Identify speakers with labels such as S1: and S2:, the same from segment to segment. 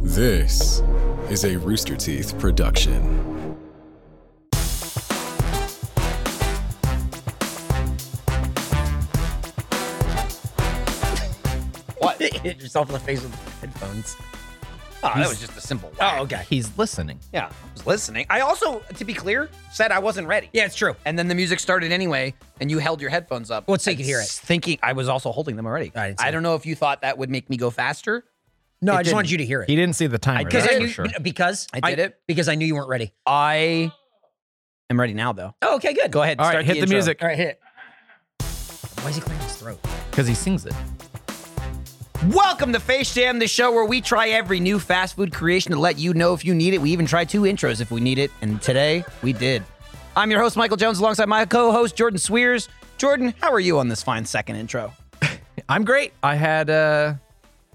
S1: This is a Rooster Teeth production.
S2: What? Hit yourself in the face with headphones.
S3: Oh, that
S2: He's-
S3: was just a simple.
S2: Oh,
S3: whack.
S2: okay. He's listening.
S3: Yeah, I was listening. I also, to be clear, said I wasn't ready.
S2: Yeah, it's true.
S3: And then the music started anyway, and you held your headphones up.
S2: Well, so you could hear it.
S3: Thinking I was also holding them already.
S2: I didn't see
S3: I
S2: it.
S3: don't know if you thought that would make me go faster.
S2: No,
S3: It
S2: I just
S3: didn't.
S2: wanted you to hear
S4: He
S2: it.
S4: didn't see the timer.
S2: Because
S4: that's
S2: I
S4: for
S2: knew
S4: sure.
S2: because
S3: I did it.
S2: Because I knew you weren't ready.
S3: I am ready now, though.
S2: Oh, okay, good.
S3: Go ahead.
S4: All right,
S3: start
S4: hit
S3: the,
S4: the
S3: intro.
S4: music.
S2: All right, hit it. Why is he clearing his throat?
S4: Because he sings it.
S3: Welcome to Face Jam, the show where we try every new fast food creation to let you know if you need it. We even try two intros if we need it, and today we did. I'm your host, Michael Jones, alongside my co-host Jordan Swears. Jordan, how are you on this fine second intro?
S4: I'm great. I had uh,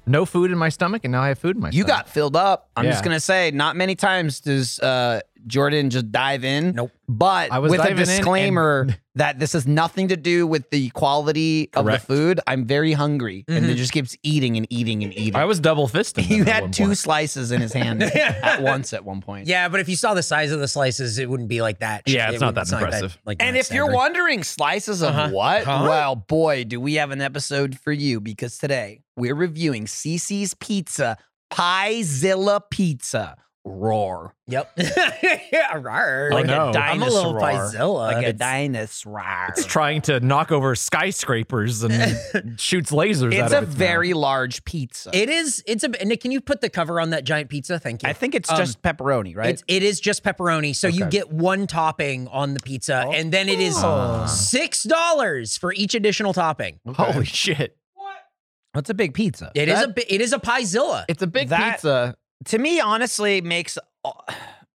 S4: no food in my stomach, and now I have food in my
S3: You
S4: stomach.
S3: got filled up. I'm just
S4: Yeah.
S3: gonna say, not many times does uh, Jordan just dive in.
S2: Nope.
S3: But
S4: I was
S3: with a
S4: diving in and-
S3: disclaimer that this has nothing to do with the quality of
S4: Correct. Mm-hmm.
S3: the food. I'm very hungry, and then just keeps eating and eating and eating.
S4: I was double fisting.
S3: you
S4: them at one
S3: had two
S4: point.
S3: slices in his hand at once at one point.
S2: Yeah, but if you saw the size of the slices, it wouldn't be like that.
S4: Yeah, it's
S2: It
S4: not
S2: wouldn't-
S4: that
S2: like
S4: impressive.
S2: like
S3: And
S2: that
S3: if you're
S2: savory.
S3: wondering slices of
S2: Uh-huh.
S3: what,
S2: Huh?
S3: well, boy, do we have an episode for you because today we're reviewing CC's Pizza, Piezilla Pizza. Roar.
S2: Yep. yeah, rawr.
S4: Like a
S3: Oh,
S4: no.
S2: I'm a little Pizilla.
S3: Like a
S2: It's-
S3: dinosaur.
S4: It's trying to knock over skyscrapers and shoots lasers
S3: It's
S4: out of
S3: a
S4: its
S3: very large pizza.
S2: It is. It's a. Nick, can you put the cover on that giant pizza? Thank you.
S3: I think it's
S2: Um,
S3: just pepperoni, right?
S2: It's, it is just pepperoni. So you
S3: Okay. Oh.
S2: get one topping on the pizza, and then it is
S4: Ah.
S2: six dollars for each additional topping.
S4: mouth. Holy shit.
S3: That's a big pizza.
S2: It is a bi- it is a piezilla.
S4: It's a big
S3: That-
S4: pizza.
S3: to me, honestly, makes uh,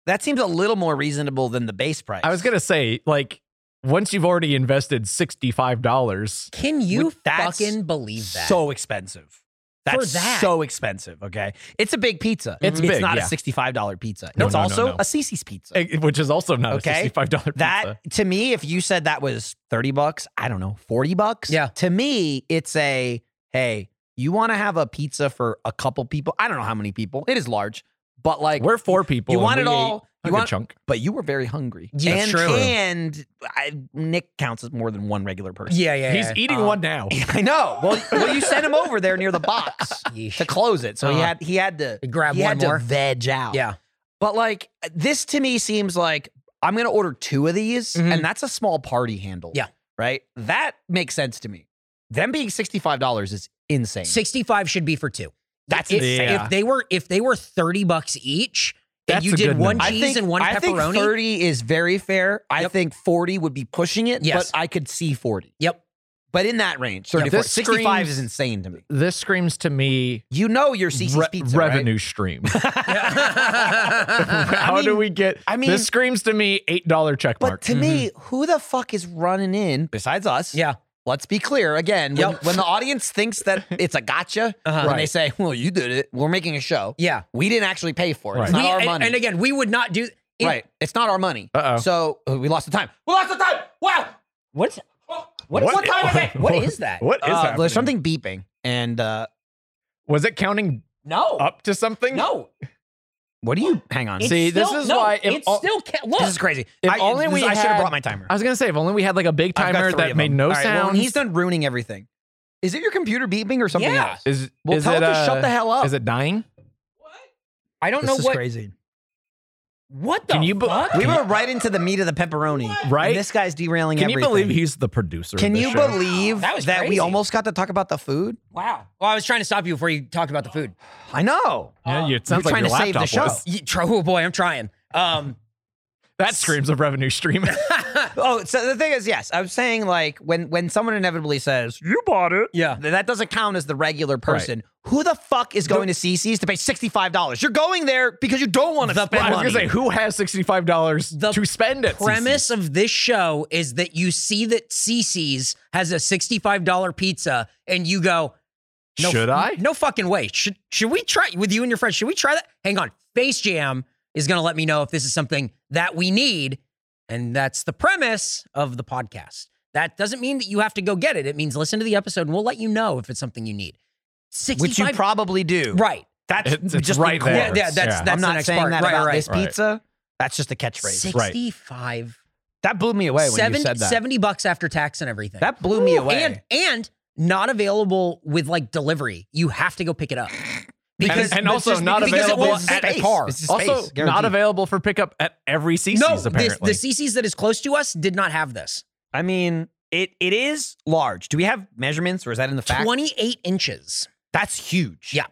S3: that seems a little more reasonable than the base price.
S4: I was going to say, like, once you've already invested $65,
S2: Can you
S3: Would- that's
S2: fucking believe that?
S3: so expensive. That's
S2: that.
S3: so expensive. Okay, it's a Mm-hmm. big pizza.
S4: It's
S3: it's
S4: big,
S3: not a
S4: yeah.
S3: sixty-five dollar pizza.
S4: No,
S3: it's
S4: no, no,
S3: also
S4: no.
S3: a CC's pizza.
S4: eh, which is also not
S3: Okay.
S4: a $65
S3: that
S4: pizza.
S3: to me, if you said that was thirty bucks, I don't know, forty bucks.
S2: Yeah.
S3: To me, it's a hey, you want to have a pizza for a couple people. I don't know how many people. It is large, but like
S4: We're four people.
S3: you
S4: and
S3: want
S4: we
S3: it
S4: ate
S3: all.
S4: a
S3: You
S4: good
S3: want
S4: chunk.
S3: but you were very hungry.
S2: Yeah,
S3: and
S2: true.
S3: and I, Nick counts as more than one regular person.
S2: yeah, yeah.
S4: He's eating
S3: Um,
S4: one now.
S3: I know. Well, well, you sent him over there near the box
S2: yeah.
S3: to close it, so he
S4: Uh-huh.
S3: had he had to
S2: Grab
S3: he
S2: one
S3: had
S2: more.
S3: to veg out.
S2: yeah.
S3: but like this to me seems like I'm gonna order two of these,
S2: Mhm.
S3: and that's a small party handle.
S2: Yeah.
S3: right. That makes sense to me. Them being sixty five dollars is insane.
S2: Sixty five should be for two.
S3: that's
S2: If,
S3: insane.
S4: Yeah.
S2: if they were if they were thirty bucks each, and
S4: That's
S2: you
S4: a
S2: did
S4: good
S2: one
S4: number.
S2: cheese and one
S3: I think
S2: pepperoni.
S3: 30 is very fair. I
S2: Yep.
S3: think 40 would be pushing it,
S2: Yes.
S3: but I could see 40.
S2: Yep.
S3: But in that range,
S4: Yeah,
S3: 30
S4: this
S3: 65
S4: screams-
S3: is insane to me.
S4: This screams to me
S3: You know your CC's
S4: re-
S3: pizza, right?
S4: revenue stream.
S2: Yeah.
S4: How
S3: I
S4: do
S3: mean-
S4: we get?
S3: I mean-
S4: this screams to me eight dollar check
S3: But
S4: mark.
S3: to me, who the fuck is running in besides us?
S2: yeah.
S3: Let's be clear again. When,
S2: Yep.
S3: when the audience thinks that it's a gotcha,
S2: Uh-huh.
S3: when they
S4: Right.
S3: say, "Well, you did it. We're making a show.
S2: Yeah.
S3: We didn't actually pay for it. It's
S4: Right.
S3: not
S2: We-
S3: our
S2: and,
S3: money.
S2: and again, we would not do it-
S3: right? It's not our money.
S4: Uh-oh.
S3: So uh, we lost the time. We lost the time. Wow.
S2: What's what,
S4: What
S2: what,
S4: i-
S2: time is it? What is that?
S4: What is
S3: Uh,
S4: happening?
S3: there's something beeping, and uh,
S4: Was it counting
S2: No.
S4: up to something?
S2: no.
S3: what do you? Hang on.
S2: It's
S4: See, this
S2: still-
S4: is
S2: no,
S4: why if
S2: it's
S4: all-
S2: still ca- look.
S3: this is crazy.
S4: If
S3: I,
S4: only
S3: this-
S4: we
S3: I should have
S4: had-
S3: brought my timer.
S4: I was gonna say if only we had like a big
S3: I've got
S4: timer
S3: three
S4: that
S3: of
S4: made
S3: them.
S4: no
S3: All right, well,
S4: sound.
S3: and he's done ruining everything. Is it your computer beeping or something
S2: Yeah.
S3: else?
S4: Is,
S3: Well,
S4: is
S3: tell it,
S4: it,
S3: to
S4: uh,
S3: shut the hell up.
S4: Is it dying?
S2: I don't
S3: This
S2: know
S3: is
S2: what.
S3: crazy.
S2: What the
S4: Can you be-
S2: fuck?
S3: We were right into the meat of the pepperoni.
S4: Right?
S3: And this guy's derailing
S4: Can you
S3: everything.
S4: believe he's the producer? of
S3: Can
S4: this
S3: you
S4: show?
S3: believe
S2: That was
S3: we
S2: crazy.
S3: almost got to talk about the food?
S2: Wow. Well, I was trying to stop you before you talked about the food.
S3: I know.
S2: Oh.
S4: Yeah, you- it
S3: You're
S4: sounds like
S3: trying
S4: your
S3: to save the
S4: laptop
S3: show.
S4: was.
S2: You, try- oh boy, I'm trying. Um,
S4: That screams of revenue stream.
S3: Oh, so the thing is, yes, I was saying like when when someone inevitably says you bought it,
S2: Yeah.
S3: th- that doesn't count as the regular person. Who the fuck is going to CC's to pay sixty five dollars? You're going there because you don't want to
S2: The-
S3: spend
S4: I was
S3: money.
S4: gonna say who has sixty five dollars
S2: The
S4: to spend at
S2: premise of this show is that you see that CC's has a $65 pizza, and you go,
S4: CC?
S2: no,
S4: Should I?
S2: No fucking way. Should should we try with you and your friends? Should we try that? Hang on. Face Jam is going to let me know if this is something that we need, and that's the premise of the podcast. That doesn't mean that you have to go get it. It means listen to the episode, and we'll let you know if it's something you need.
S3: which you
S2: Sixty-five,
S3: probably do.
S2: right?
S3: That's
S4: It's- it's
S3: just
S4: right
S3: the core.
S2: Yeah,
S4: there.
S2: yeah, that's
S4: Yeah.
S2: that's
S3: I'm
S2: the
S3: not
S2: next
S3: saying
S2: part.
S3: that
S2: right,
S3: about
S2: right.
S3: this
S4: right.
S3: pizza. That's just a catchphrase.
S4: Right.
S2: 65
S3: That blew me away when
S2: Seven-
S3: you said that.
S2: 70 bucks after tax and everything.
S3: That blew me away.
S2: and and not available with like delivery. You have to go pick it up. Because
S4: and
S2: but
S4: also
S2: just
S4: not
S2: because it
S4: available
S2: won't
S4: at
S2: fit
S4: a
S2: the
S4: car.
S3: It's just
S4: also,
S3: space,
S4: not
S3: guaranteed.
S4: availeyable for pickup at every Cece's,
S2: No, this,
S4: apparently.
S2: the CC's that is close to us did not have this.
S3: I mean, it it is large. Do we have measurements, or is that in the fact?
S2: 28 inches.
S3: That's huge.
S2: Yeah.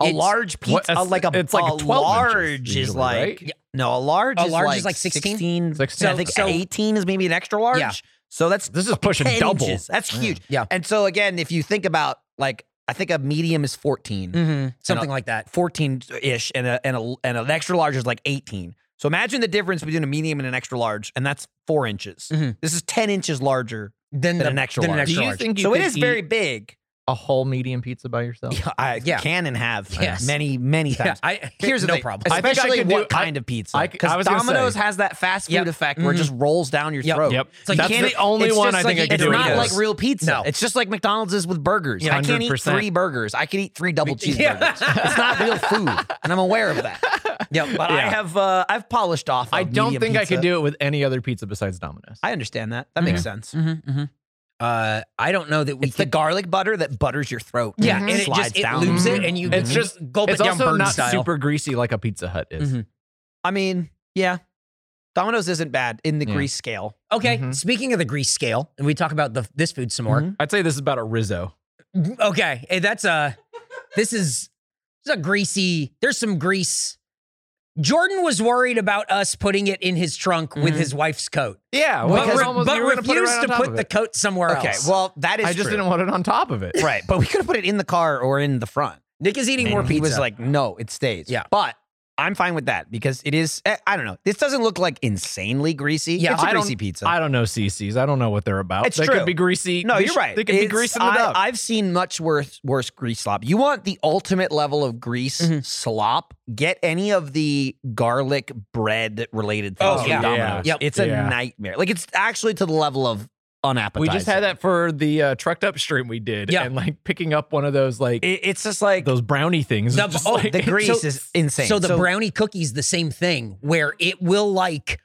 S3: A
S2: It's-
S3: large pizza,
S4: What,
S3: a-
S4: that's-
S3: like a,
S4: it's like
S3: a
S4: 12 inches
S3: large is
S4: usually,
S3: like
S4: right?
S3: no, a large
S2: A
S3: is
S2: large
S3: like
S2: is like 16?
S3: 16.
S4: 16.
S3: I think
S2: So- so-
S3: 18 is maybe an extra large.
S2: Yeah.
S3: So that's
S4: This is pushing
S3: 10
S4: double.
S3: inches. That's huge.
S2: Yeah.
S3: And so again, if you think about like I think a medium is 14.
S2: Mm-hmm. Something like that.
S3: 14 ish and a, and a and an extra large is like 18. So imagine the difference between a medium and an extra large, and that's four inches.
S2: Mhm.
S3: This is 10 inches larger.
S2: Then,
S3: Than
S2: the,
S3: an extra
S2: than
S3: large.
S4: Do you
S2: large.
S4: think you
S3: so it
S4: could
S3: is
S4: eat
S3: very big.
S4: a whole medium pizza by yourself?
S3: Yeah, I
S2: Yeah.
S3: can and have uh,
S2: Yes.
S3: many, many
S2: yeah,
S3: times.
S2: I,
S3: Here's the
S2: no
S3: thing,
S2: problem.
S4: I think I
S3: Especially
S4: could
S3: what
S4: do- I-
S3: kind of pizza?
S4: I c- I
S3: Because
S4: was gonna
S3: Domino's
S4: say.
S3: has that fast food
S2: Yep.
S3: effect where it just rolls down your
S2: Yep.
S3: throat.
S4: Yep.
S2: It's like
S4: That's
S2: you
S4: the only
S3: it's
S4: one
S3: just
S4: I think
S3: like,
S4: I could
S3: It's
S4: do.
S3: not
S4: it
S3: like
S4: is.
S3: real pizza.
S2: No.
S3: It's just like McDonald's is with burgers. I can't eat
S4: 100%.
S3: three burgers. I can eat three double cheeseburgers.
S2: Yeah.
S3: It's not real food, and I'm aware of that.
S2: Yep.
S3: But I
S4: Yeah.
S3: have uh, I've polished off.
S4: I
S3: of
S4: don't
S3: medium
S4: think I could
S3: pizza.
S4: do it with any other pizza besides Domino's.
S3: I understand that. That makes sense.
S2: Mm-hmm. Uh, I don't know that we
S3: It's the
S2: could.
S3: garlic butter that butters your throat.
S2: yeah,
S3: and
S2: and it
S3: slides
S2: just it
S3: down. Mm-hmm.
S2: loops it, and you
S4: It's just
S2: gulp
S4: it's
S2: it down
S4: also
S2: bird
S4: not
S2: style.
S4: super greasy like a Pizza Hut is.
S2: Mhm.
S3: I mean, yeah. Domino's isn't bad in the
S4: Yeah.
S3: grease scale.
S2: Okay.
S4: Mhm.
S2: Speaking of the grease scale, and we talk about the this food some more.
S4: I'd say this is about a Rizzo. Mm-hmm.
S2: Okay, hey, that's a. This is this is a greasy. There's some grease. Jordan was worried about us putting it in his trunk with his wife's coat,
S4: Yeah,
S2: but,
S4: Mm-hmm. because
S2: re-
S4: almost-
S2: but
S4: you were gonna
S2: refused
S4: put it right on
S2: to
S4: top
S2: put
S4: of
S2: the
S4: it.
S2: coat somewhere
S3: Okay,
S2: else.
S3: well that is
S4: I just
S3: true.
S4: didn't want it on top of it.
S3: right, but we could have put it in the car or in the front.
S2: Nick is eating
S3: And
S2: more pizza.
S3: He was like, "No, it stays."
S2: Yeah.
S3: but I'm fine with that because it is. eh, I don't know. This doesn't look like insanely greasy.
S2: Yeah,
S3: it's a
S4: I don't-
S3: greasy pizza.
S4: I don't know CC's. I don't know what they're about.
S3: It's
S4: they
S3: true.
S4: could be greasy.
S3: no,
S4: They
S3: you're
S4: sh-
S3: right.
S4: They could be
S3: It's-
S4: greasing it
S3: I-
S4: up.
S3: I've seen much worse, worse grease slop. You want the ultimate level of grease
S2: Mhm.
S3: slop? Get any of the garlic bread related things
S2: Oh,
S3: from
S2: yeah.
S3: Domino's.
S2: Yep.
S3: It's a
S4: Yeah.
S3: nightmare. Like it's actually to the level of unappetizing.
S4: we just had that for the uh, trucked up stream we did,
S2: Yeah.
S4: and like picking up one of those like
S3: It- it's just like
S4: those brownie things.
S2: The-
S4: It's just
S2: oh,
S4: like-
S3: the grease
S2: so-
S3: is insane.
S2: so the brownie cookie's the same thing, where it will like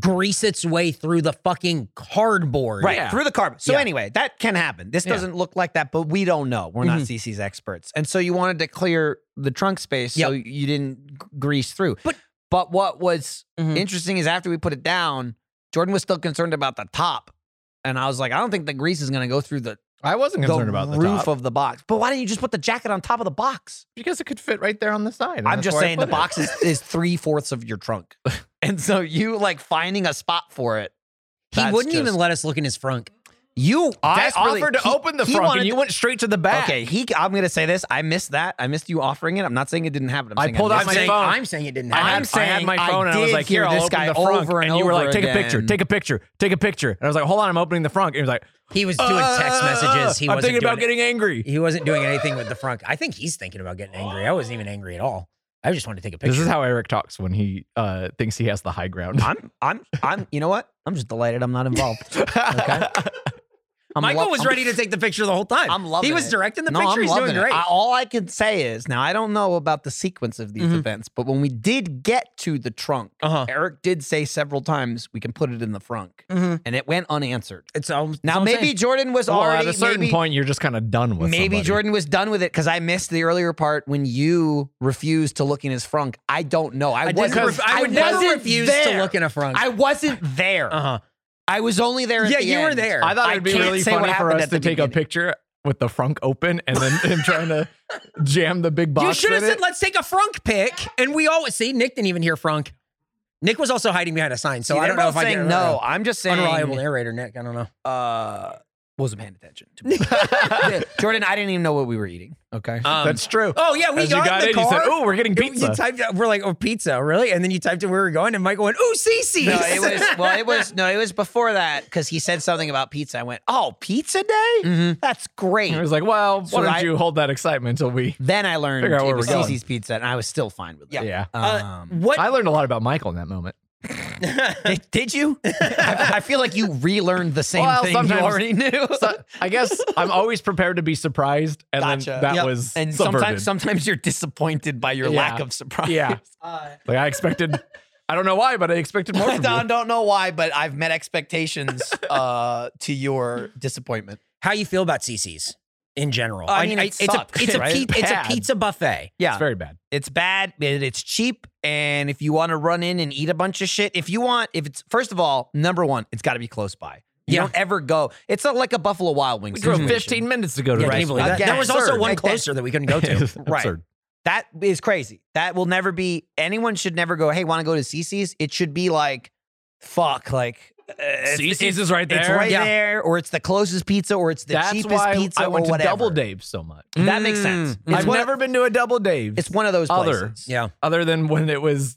S2: grease its way through the fucking cardboard.
S3: Right,
S4: Yeah.
S3: through the carbon. So
S2: Yeah.
S3: anyway, that can happen. This
S4: Yeah. Mm-hmm.
S3: doesn't look like that, but we don't know. We're not CC's experts. And so you wanted to clear the trunk space so you didn't g- grease through.
S2: But-
S3: but what was
S4: Mm-hmm.
S2: Mhm.
S3: interesting is after we put it down, Jordan was still concerned about the top. And I was like, I don't think the grease is going to go through the,
S4: I wasn't
S3: the
S4: concerned about the
S3: roof
S4: top
S3: of the box. But why didn't you just put the jacket on top of the box?
S4: because it could fit right there on the side. and
S3: I'm
S4: that's
S3: just
S4: where I
S3: saying the
S4: put it.
S3: box is, is three fourths of your trunk. and so you like finding a spot for it.
S2: He
S3: That's
S2: wouldn't even
S3: just-
S2: let us look in his trunk.
S3: You
S4: I
S3: desperately-
S4: offered to
S3: he-
S4: open the
S3: he
S4: front,
S3: wanted
S4: and you
S3: to-
S4: went straight to the back.
S3: Okay, he. I'm gonna say this. I missed that. I missed you offering it. I'm not saying it didn't happen. I'm
S4: I
S3: saying
S4: pulled out
S3: missed
S4: my
S3: it.
S4: phone.
S2: I'm saying it didn't
S4: I
S2: happen.
S4: had,
S3: I'm
S4: I had
S3: saying
S4: my
S3: I
S4: phone and I was
S3: did
S4: like, "Here,
S3: hear
S4: I'll
S3: this
S4: open
S3: guy
S4: the front."
S3: over and
S4: you were
S3: over
S4: like, "Take a picture,
S3: again.
S4: take a picture, take a picture." And I was like, "Hold on, I'm opening the frunk." And he was like,
S2: He was doing text
S4: "Uh,
S2: messages. He
S4: I'm
S2: wasn't
S4: thinking
S2: doing
S4: about
S2: it.
S4: getting angry.
S2: He wasn't doing anything with the front. I think he's thinking about getting angry. I wasn't even angry at all. I just wanted to take a picture.
S4: This is how Eric talks when he uh, thinks he has the high ground.
S3: I'm. I'm. I'm. You know what? I'm just delighted. I'm not involved. Okay. I'm
S2: Michael
S3: lo-
S2: was
S3: I'm-
S2: ready to take the picture the whole time.
S3: I'm loving.
S2: He was
S3: it.
S2: directing the
S3: No,
S2: picture.
S3: I'm
S2: He's doing
S3: loving it.
S2: great.
S3: I- all I can say is now I don't know about the sequence of these
S2: Mhm.
S3: events, but when we did get to the trunk,
S2: Uh-huh.
S3: Eric did say several times we can put it in the frunk,
S4: Mm-hmm.
S2: Mhm.
S3: and it went unanswered.
S2: It's all it's
S3: Now
S2: all I'm
S3: maybe
S2: saying.
S3: Jordan was
S4: well,
S3: already
S4: at a certain
S3: maybe-
S4: point, you're just kind of done with.
S3: Maybe
S4: somebody.
S3: Jordan was done with it because I missed the earlier part when you refused to look in his frunk. I don't know. I,
S2: I, didn't
S3: wasn't.
S2: ref- I would never
S3: wasn't
S2: refuse
S3: there.
S2: to look in a front.
S3: I wasn't there.
S2: uh-huh.
S3: I was only there. At
S2: Yeah,
S3: the
S2: you were
S3: end.
S2: there.
S4: I thought
S3: I
S4: it'd be
S3: can't
S4: really
S3: say what
S4: funny for
S3: happened
S4: us
S3: at
S4: to
S3: the
S4: take a
S3: beginning.
S4: picture with the frunk open and then him trying to jam the big box.
S2: You should have
S4: in
S2: said,
S4: it.
S2: "Let's take a Frunk pic," and we always see. Nick didn't even hear Frunk. Nick was also hiding behind a sign, so
S3: See,
S2: I
S3: they're
S2: don't know
S3: both
S2: if I
S3: saying
S2: did.
S3: no. I'm just saying.
S2: Unreliable narrator, Nick. I don't know.
S3: Uh, wasn't paying attention. To me. Jordan, I didn't even know what we were eating. Okay.
S4: That's true.
S2: Oh yeah, we
S4: As
S2: got,
S4: you got
S2: in the
S4: in,
S2: car.
S4: you said, "Oh, we're getting
S2: You-
S4: pizza."
S2: You typed out, we're like, oh, pizza, really? And then you typed in where we were going, and Michael went, oh, Cece's.
S3: no, it was well. It was no. It was before that because he said something about pizza. I went, "Oh, pizza day?
S2: Mm-hmm.
S3: That's great."
S4: I was like, "Well,
S3: So
S4: why don't
S3: I-
S4: you hold that excitement until we?"
S3: Then I learned
S4: Figure out
S3: it
S4: where
S3: was
S4: we're going.
S3: Cece's Pizza, and I was still fine with it.
S4: Yeah.
S2: Uh,
S3: Um,
S2: what?
S4: I learned a lot about Michael in that moment.
S3: did, did you? I, I feel like you relearned the same
S4: Well,
S3: thing
S4: sometimes-
S3: you already knew.
S4: So, I guess I'm always prepared to be surprised, and
S3: Gotcha.
S4: then that
S3: Yep.
S4: was
S5: And
S4: subverted.
S5: sometimes sometimes you're disappointed by your
S4: Yeah.
S5: lack of surprise.
S4: yeah,
S5: Uh,
S4: like I expected. I don't know why, but I expected more.
S5: I
S4: From you.
S5: don't, don't know why, but I've met expectations uh, to your disappointment.
S2: How you feel about CC's in general?
S5: I mean, it
S2: it's
S5: sucks,
S2: a it's a
S5: right? It's
S2: pe- it's a
S5: bad.
S2: pizza buffet.
S5: Yeah.
S4: It's very bad.
S5: It's bad.
S3: and it's cheap. And if you want to run in and eat a bunch of shit, if you want, if it's first of all, number one, it's got to be close by. You
S2: Yeah.
S3: don't ever go. It's not like a Buffalo Wild Wings.
S4: We drove
S3: situation.
S4: 15 minutes to go to
S2: Yeah,
S4: the
S2: can you believe that?
S3: Again,
S2: There was also
S3: absurd.
S2: one
S3: Like that.
S2: closer that we couldn't go to.
S3: Right. That is crazy. That will never be. Anyone should never go. Hey, want to go to CC's? It should be like, fuck, like uh, it's-
S4: CC's is right there.
S3: It's right
S2: Yeah.
S3: there, or it's the closest pizza, or it's the
S4: That's
S3: cheapest
S4: why
S3: pizza,
S4: I
S3: or
S4: went to
S3: whatever.
S4: Double Dave so much.
S3: That makes sense.
S2: Mm.
S3: It's
S4: I've
S3: one of-
S4: never been to a Double Dave.
S3: It's one of those places.
S4: Other.
S2: Yeah.
S4: other than when it was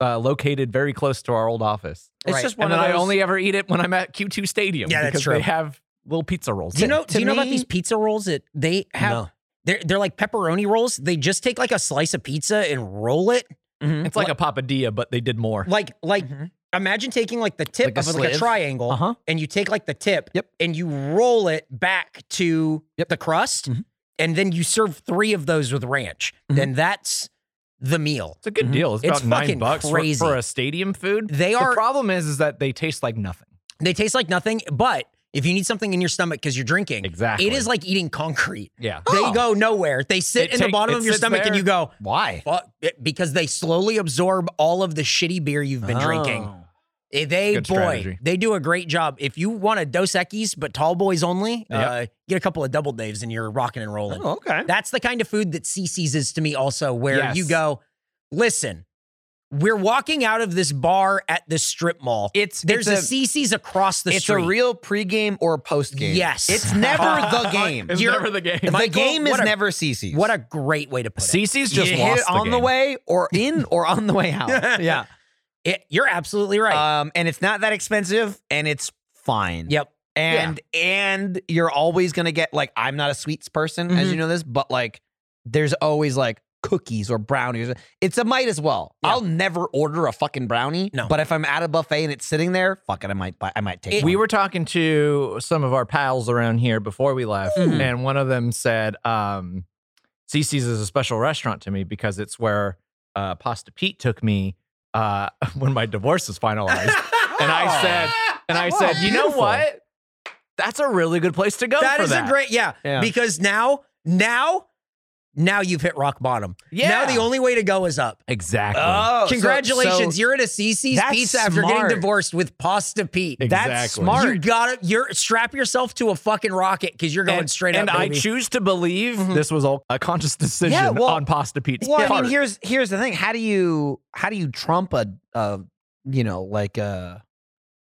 S4: uh, located very close to our old office.
S3: It's
S2: Right.
S3: just one
S4: And then
S3: of
S4: I
S3: those.
S4: only ever eat it when I'm at Q2 Stadium.
S2: Yeah, that's
S4: because
S2: true.
S4: They have little pizza rolls.
S2: Do you know?
S3: To-
S2: do you know about
S3: me-
S2: these pizza rolls that they have?
S3: No.
S2: They're they're like pepperoni rolls. They just take like a slice of pizza and roll it.
S4: It's like a papadilla, but they did more.
S2: Like like
S4: Mm-hmm.
S2: imagine taking like the tip
S4: Like a
S2: of like a
S4: sliv?
S2: triangle,
S4: Uh-huh.
S2: and you take like the tip,
S3: Yep.
S2: and you roll it back to the crust,
S4: Mm-hmm.
S2: and then you serve three of those with ranch. Then that's the meal.
S4: It's a good deal. It's,
S2: mm-hmm. It's
S4: about nine
S2: fucking
S4: bucks for-
S2: crazy.
S4: For, a stadium food.
S2: They are-
S4: The problem is, is that they taste like nothing.
S2: They taste like nothing, but if you need something in your stomach because you're drinking,
S4: Exactly.
S2: it is like eating concrete.
S4: Yeah.
S2: They go nowhere. They sit
S4: It
S2: in the
S4: take-
S2: bottom
S4: it
S2: of your
S4: sits
S2: stomach, and
S4: there.
S2: you go,
S3: Why?
S2: Fuck, it- because they slowly absorb all of the shitty beer you've been drinking. Eh, They boy,
S4: Oh. Good strategy.
S2: they do a great job. If you want a Dos Equis but tall boys only, uh, get a couple of double daves and you're rocking and rolling.
S3: Oh, okay.
S2: That's the kind of food that CC's is to me also, where
S4: Yes.
S2: you go, listen, we're walking out of this bar at this strip mall.
S3: It's
S2: There's a,
S3: it's
S2: CC's across the
S3: it's
S2: street.
S3: a real pregame or postgame.
S2: Yes.
S3: it's never the game.
S4: It's
S2: You're-
S4: never the game.
S3: The
S2: Michael,
S3: game is
S2: what a-
S3: never CC's.
S2: what a great way to put it.
S4: CC's just
S3: you hit
S4: lost
S3: it on the,
S4: game.
S3: way or in or on the way out.
S2: Yeah. It- you're absolutely right.
S4: Uh,
S3: Um, and it's not that expensive, and it's fine.
S2: yep.
S3: And and you're always gonna get like I'm not a sweets person, as
S2: Mhm.
S3: you know this, but like there's always like cookies or brownies. It's a might as well.
S2: Yeah.
S3: I'll never order a fucking brownie.
S2: No.
S3: But if I'm at a buffet and it's sitting there, fuck it, I might buy. I might take.
S2: It-
S3: It,
S4: We were talking to some of our pals around here before we left,
S2: Mhm.
S4: and one of them said, um, "CC's is a special restaurant to me because it's where uh, Pasta Pete took me uh, when my divorce was finalized." and I said, "And I said, you know
S3: beautiful.
S4: what? That's a really good place to go.
S2: That
S4: for
S2: is a great yeah,
S4: Yeah.
S2: Because now, now, now you've hit rock bottom.
S4: Yeah.
S2: Now the only way to go is up.
S4: exactly.
S2: Oh, Congratulations, you're at a CC's
S3: Oh, That's
S2: Pizza after
S3: smart.
S2: getting divorced with Pasta Pete.
S4: Exactly.
S3: that's smart.
S2: You got to You're strap yourself to a fucking rocket because you're going
S4: and
S2: straight
S4: and
S2: up.
S4: I
S2: baby. Mm-hmm.
S4: choose to believe this was all a conscious decision
S3: Yeah, well-
S4: on Pasta Pete's
S3: Well, I
S4: part.
S3: mean, here's here's the thing. How do you how do you trump a, a you know like a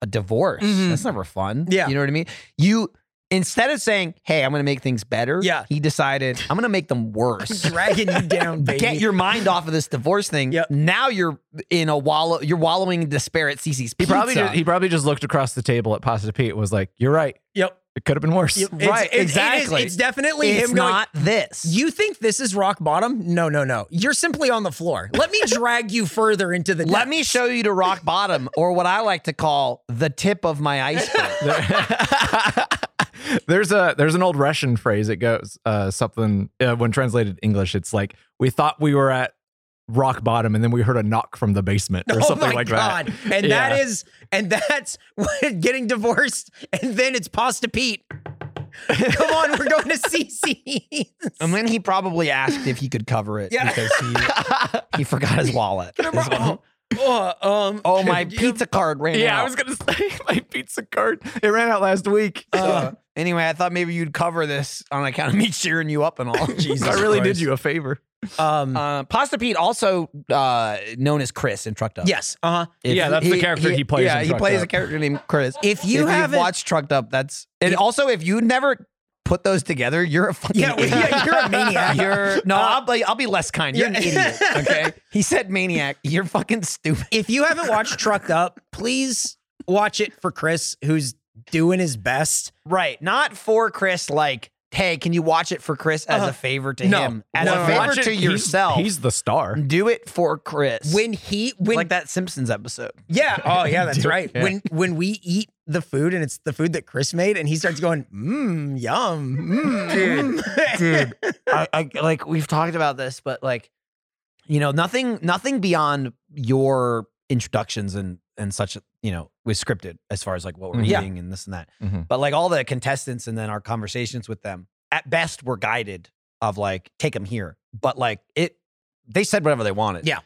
S3: a divorce?
S2: Mhm.
S3: That's never fun.
S2: Yeah.
S3: you know what I mean. You instead of saying, "Hey, I'm going to make things better,"
S2: Yeah.
S3: he decided I'm going to make them worse.
S2: dragging you down, baby.
S3: Get your mind off of this divorce thing.
S2: Yep.
S3: Now you're in a wallow. You're wallowing in despair at CC's
S4: he
S3: pizza.
S4: probably just, he probably just looked across the table at Pasta Pete and was like, "You're right.
S2: yep.
S4: It could have been worse."
S2: Yep. It's-
S3: Right,
S2: it- it is-
S3: exactly.
S2: it's definitely
S3: it's
S2: him going.
S3: not this.
S2: you think this is rock bottom? No, no, no. You're simply on the floor. Let me drag you further into the.
S3: Let me show you to rock bottom, or what I like to call the tip of my iceberg.
S4: there's a there's an old Russian phrase. It goes uh, something uh, when translated English. It's like we thought we were at rock bottom, and then we heard a knock from the basement or something
S2: oh my
S4: like
S2: god!
S4: that.
S2: And that
S4: Yeah.
S2: is, and that's when getting divorced, and then it's Pasta Pete. Come on, we're going to E. CC.
S3: And then he probably asked if he could cover it
S2: Yeah.
S3: because he, he forgot his wallet.
S2: oh, oh, um,
S3: Oh, my pizza card ran
S4: yeah.
S3: out.
S4: I was gonna say my pizza cart. It ran out last week.
S3: Uh, anyway, I thought maybe you'd cover this on account of me cheering you up and all. Jesus,
S4: I really did you a favor.
S2: um,
S3: Uh, Pasta Pete, also uh, known as Chris in Trucked Up.
S2: yes, uh huh.
S3: If-
S4: uh-huh. Yeah, that's the character he plays
S3: Yeah,
S4: in
S3: he
S4: Trucked
S3: plays
S4: Up.
S3: a character named Chris.
S2: If you haven't-
S3: watched Trucked Up, that's and also if you never put those together, you're a fucking
S2: Yeah,
S3: idiot.
S2: yeah, you're a maniac.
S3: You're no, I'll be I'll be less kind. You're an
S2: Yeah.
S3: idiot. Okay, he said maniac. You're fucking stupid.
S2: If you haven't watched Trucked Up, please watch it for Chris, who's doing his best.
S3: Right, not for Chris. Like hey, can you watch it for Chris as a favor to
S2: No.
S3: him, as
S2: No, no,
S3: a
S2: no.
S3: favor
S2: Watch
S3: to yourself?
S4: He's, the star.
S3: do it for Chris.
S2: When he when
S3: like that Simpsons episode.
S2: Yeah. Oh, yeah. That's right.
S4: Yeah.
S2: When when we eat the food and it's the food that Chris made, and he starts going, mmm, yum, mmm, mm."
S3: dude. I, I like we've talked about this, but like, you know, nothing, nothing beyond your introductions and and such. You know, was scripted as far as like what we're
S4: Mhm.
S2: Mm-hmm. Yeah. Mm-hmm.
S3: eating and this and that.
S4: Mhm.
S3: But like all the contestants and then our conversations with them, at best, were guided of like take them here. But like it, they said whatever they wanted.
S2: Yeah.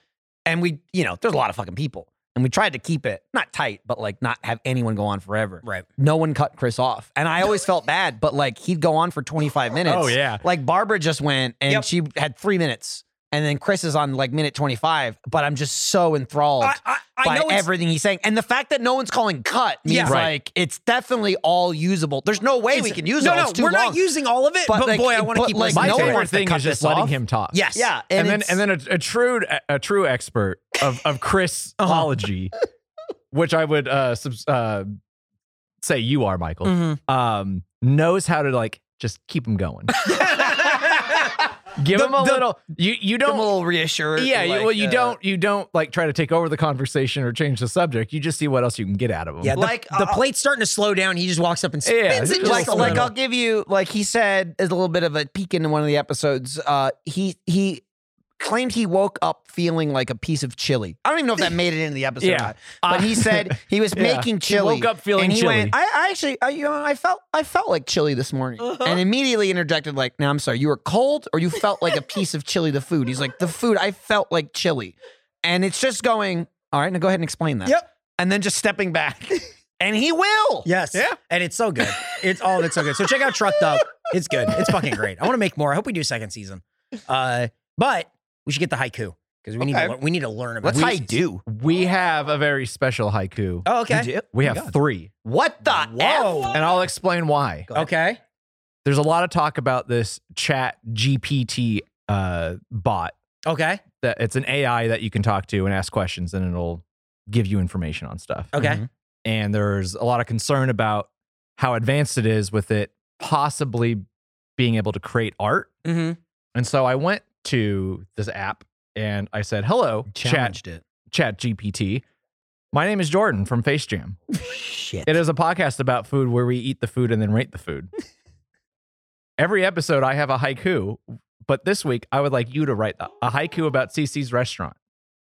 S3: and we, you know, there's a lot of fucking people, and we tried to keep it not tight, but like not have anyone go on forever.
S2: right.
S3: No one cut Chris off, and I always felt bad. But like he'd go on for 25 minutes.
S4: Oh yeah.
S3: Like Barbara just went and
S2: Yep.
S3: she had three minutes, and then Chris is on like minute twenty five. But I'm just so enthralled
S2: I, I, I
S3: by
S2: know it's
S3: everything he's saying, and the fact that no one's calling cut means
S2: Yeah.
S4: Right.
S3: like it's definitely all usable. There's no way we
S2: it's-
S3: can use
S2: no,
S3: it. all.
S2: No,
S3: It's too
S2: we're
S3: long.
S2: not using all of it,
S3: But,
S2: but,
S3: like,
S2: boy, I
S3: it-
S2: want to
S3: but,
S2: keep
S3: like,
S2: like,
S4: My
S3: no one
S4: favorite
S3: wants to
S4: thing
S3: cut
S4: is just
S3: this
S4: letting
S3: off.
S4: him talk.
S2: Yes.
S3: Yeah,
S4: And,
S3: and,
S4: then
S3: it's-
S4: and then a, a true a true expert of of
S3: Uh-huh.
S4: Chrisology, which I would uh, subs- uh say you are Michael.
S3: Mm-hmm.
S4: Um, knows how to like just keep him going. Give
S2: The-
S4: him a
S2: the-
S4: little. You you
S5: I'm a
S4: don't.
S5: little reassured.
S4: Yeah. you
S5: like,
S4: well, you
S5: uh,
S4: don't. You don't like try to take over the conversation or change the subject. You just see what else you can get out of him.
S2: Yeah, the,
S3: Like,
S2: the
S3: uh,
S2: plate's starting to slow down. He just walks up and spins
S4: Yeah,
S2: it just
S3: like,
S2: a
S3: like
S2: little.
S3: I'll give you like he said as a little bit of a peek into one of the episodes. Uh, he he claimed he woke up feeling like a piece of chili. I don't even know if that made it into the episode. or
S4: Yeah.
S3: not, but he said he was
S4: Yeah.
S3: making
S4: He
S3: chili.
S4: woke up feeling
S3: and he
S4: chili.
S3: Went, I, I actually, I, you know, I felt I felt like chili this morning,
S2: Uh-huh.
S3: and immediately interjected like, "Now I'm sorry, you were cold or you felt like a piece of chili." The food. He's like, "The food. I felt like chili," and it's just going. All right, now go ahead and explain that.
S2: Yep.
S3: And then just stepping back, and he will.
S2: Yes.
S4: Yeah.
S2: And it's so good. It's all of it's so good. So check out Trucked Up. It's good. It's fucking great. I want to make more. I hope we do a second season. Uh, but we should get the haiku because we need
S5: Okay.
S2: to, lear- we need to learn about.
S3: What's
S2: these.
S3: I do?
S4: We have a very special haiku.
S2: Oh, okay.
S4: we
S2: Oh my
S4: have
S2: God.
S4: three,
S3: What the?
S2: Whoa.
S3: F?
S4: and I'll explain why.
S2: Okay.
S4: There's a lot of talk about this Chat GPT uh, bot
S2: Okay.
S4: that it's an AI that you can talk to and ask questions, and it'll give you information on stuff.
S2: Okay.
S3: Mhm.
S4: And there's a lot of concern about how advanced it is with it possibly being able to create art.
S2: Mm-hmm.
S4: And so I went to this app and I said, "Hello, Chat
S3: it.
S4: Chat GPT. My name is Jordan from Face Jam.
S3: Shit.
S4: It is a podcast about food where we eat the food and then rate the food. Every episode, I have a haiku, but this week I would like you to write a, a haiku about CC's restaurant.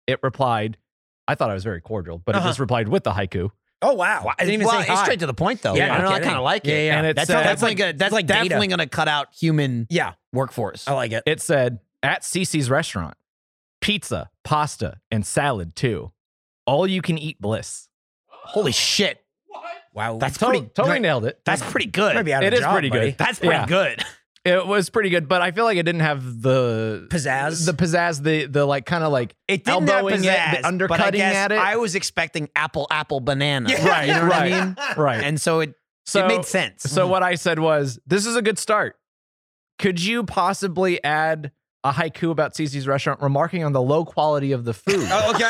S4: It replied, I thought I was very cordial, but
S2: Uh-huh.
S4: it just replied with the haiku.
S2: Oh wow! I didn't even
S3: well,
S2: say
S3: it's
S2: hi.
S3: straight to the point though.
S2: Yeah,
S3: I
S2: no
S3: don't know. I
S2: kidding.
S3: kind of like
S2: Yeah,
S3: it.
S2: yeah.
S4: And it
S3: That's,
S4: said,
S3: that's
S2: like-
S3: like gonna, that's
S2: it's uh, like data.
S3: definitely going to cut out human
S2: yeah,
S3: workforce.
S2: I like it.
S4: it said, at CC's restaurant, pizza, pasta, and salad too. All you can eat bliss.
S3: Holy shit.
S2: Wow,
S3: That's
S4: Totally,
S3: pretty.
S4: totally nailed it.
S3: That's pretty good.
S2: Might be out of
S4: It
S2: a
S4: is
S2: job,
S4: pretty
S2: buddy.
S4: good.
S3: that's pretty
S4: Yeah.
S3: good.
S4: It was pretty good, but I feel like it didn't have the
S2: Pizzazz?
S4: the pizzazz, the the like kind of like
S3: It didn't have
S4: elbowing it,
S3: pizzazz,
S4: the
S3: but I
S4: undercutting
S3: guess
S4: at it.
S3: I was expecting apple, apple, banana.
S2: Yeah.
S3: You know what
S4: right,
S3: I mean?
S4: right.
S3: And so it
S4: so
S3: it made sense.
S4: So
S2: Hmm.
S4: what I said was, this is a good start. Could you possibly add a haiku about Cece's restaurant remarking on the low quality of the food?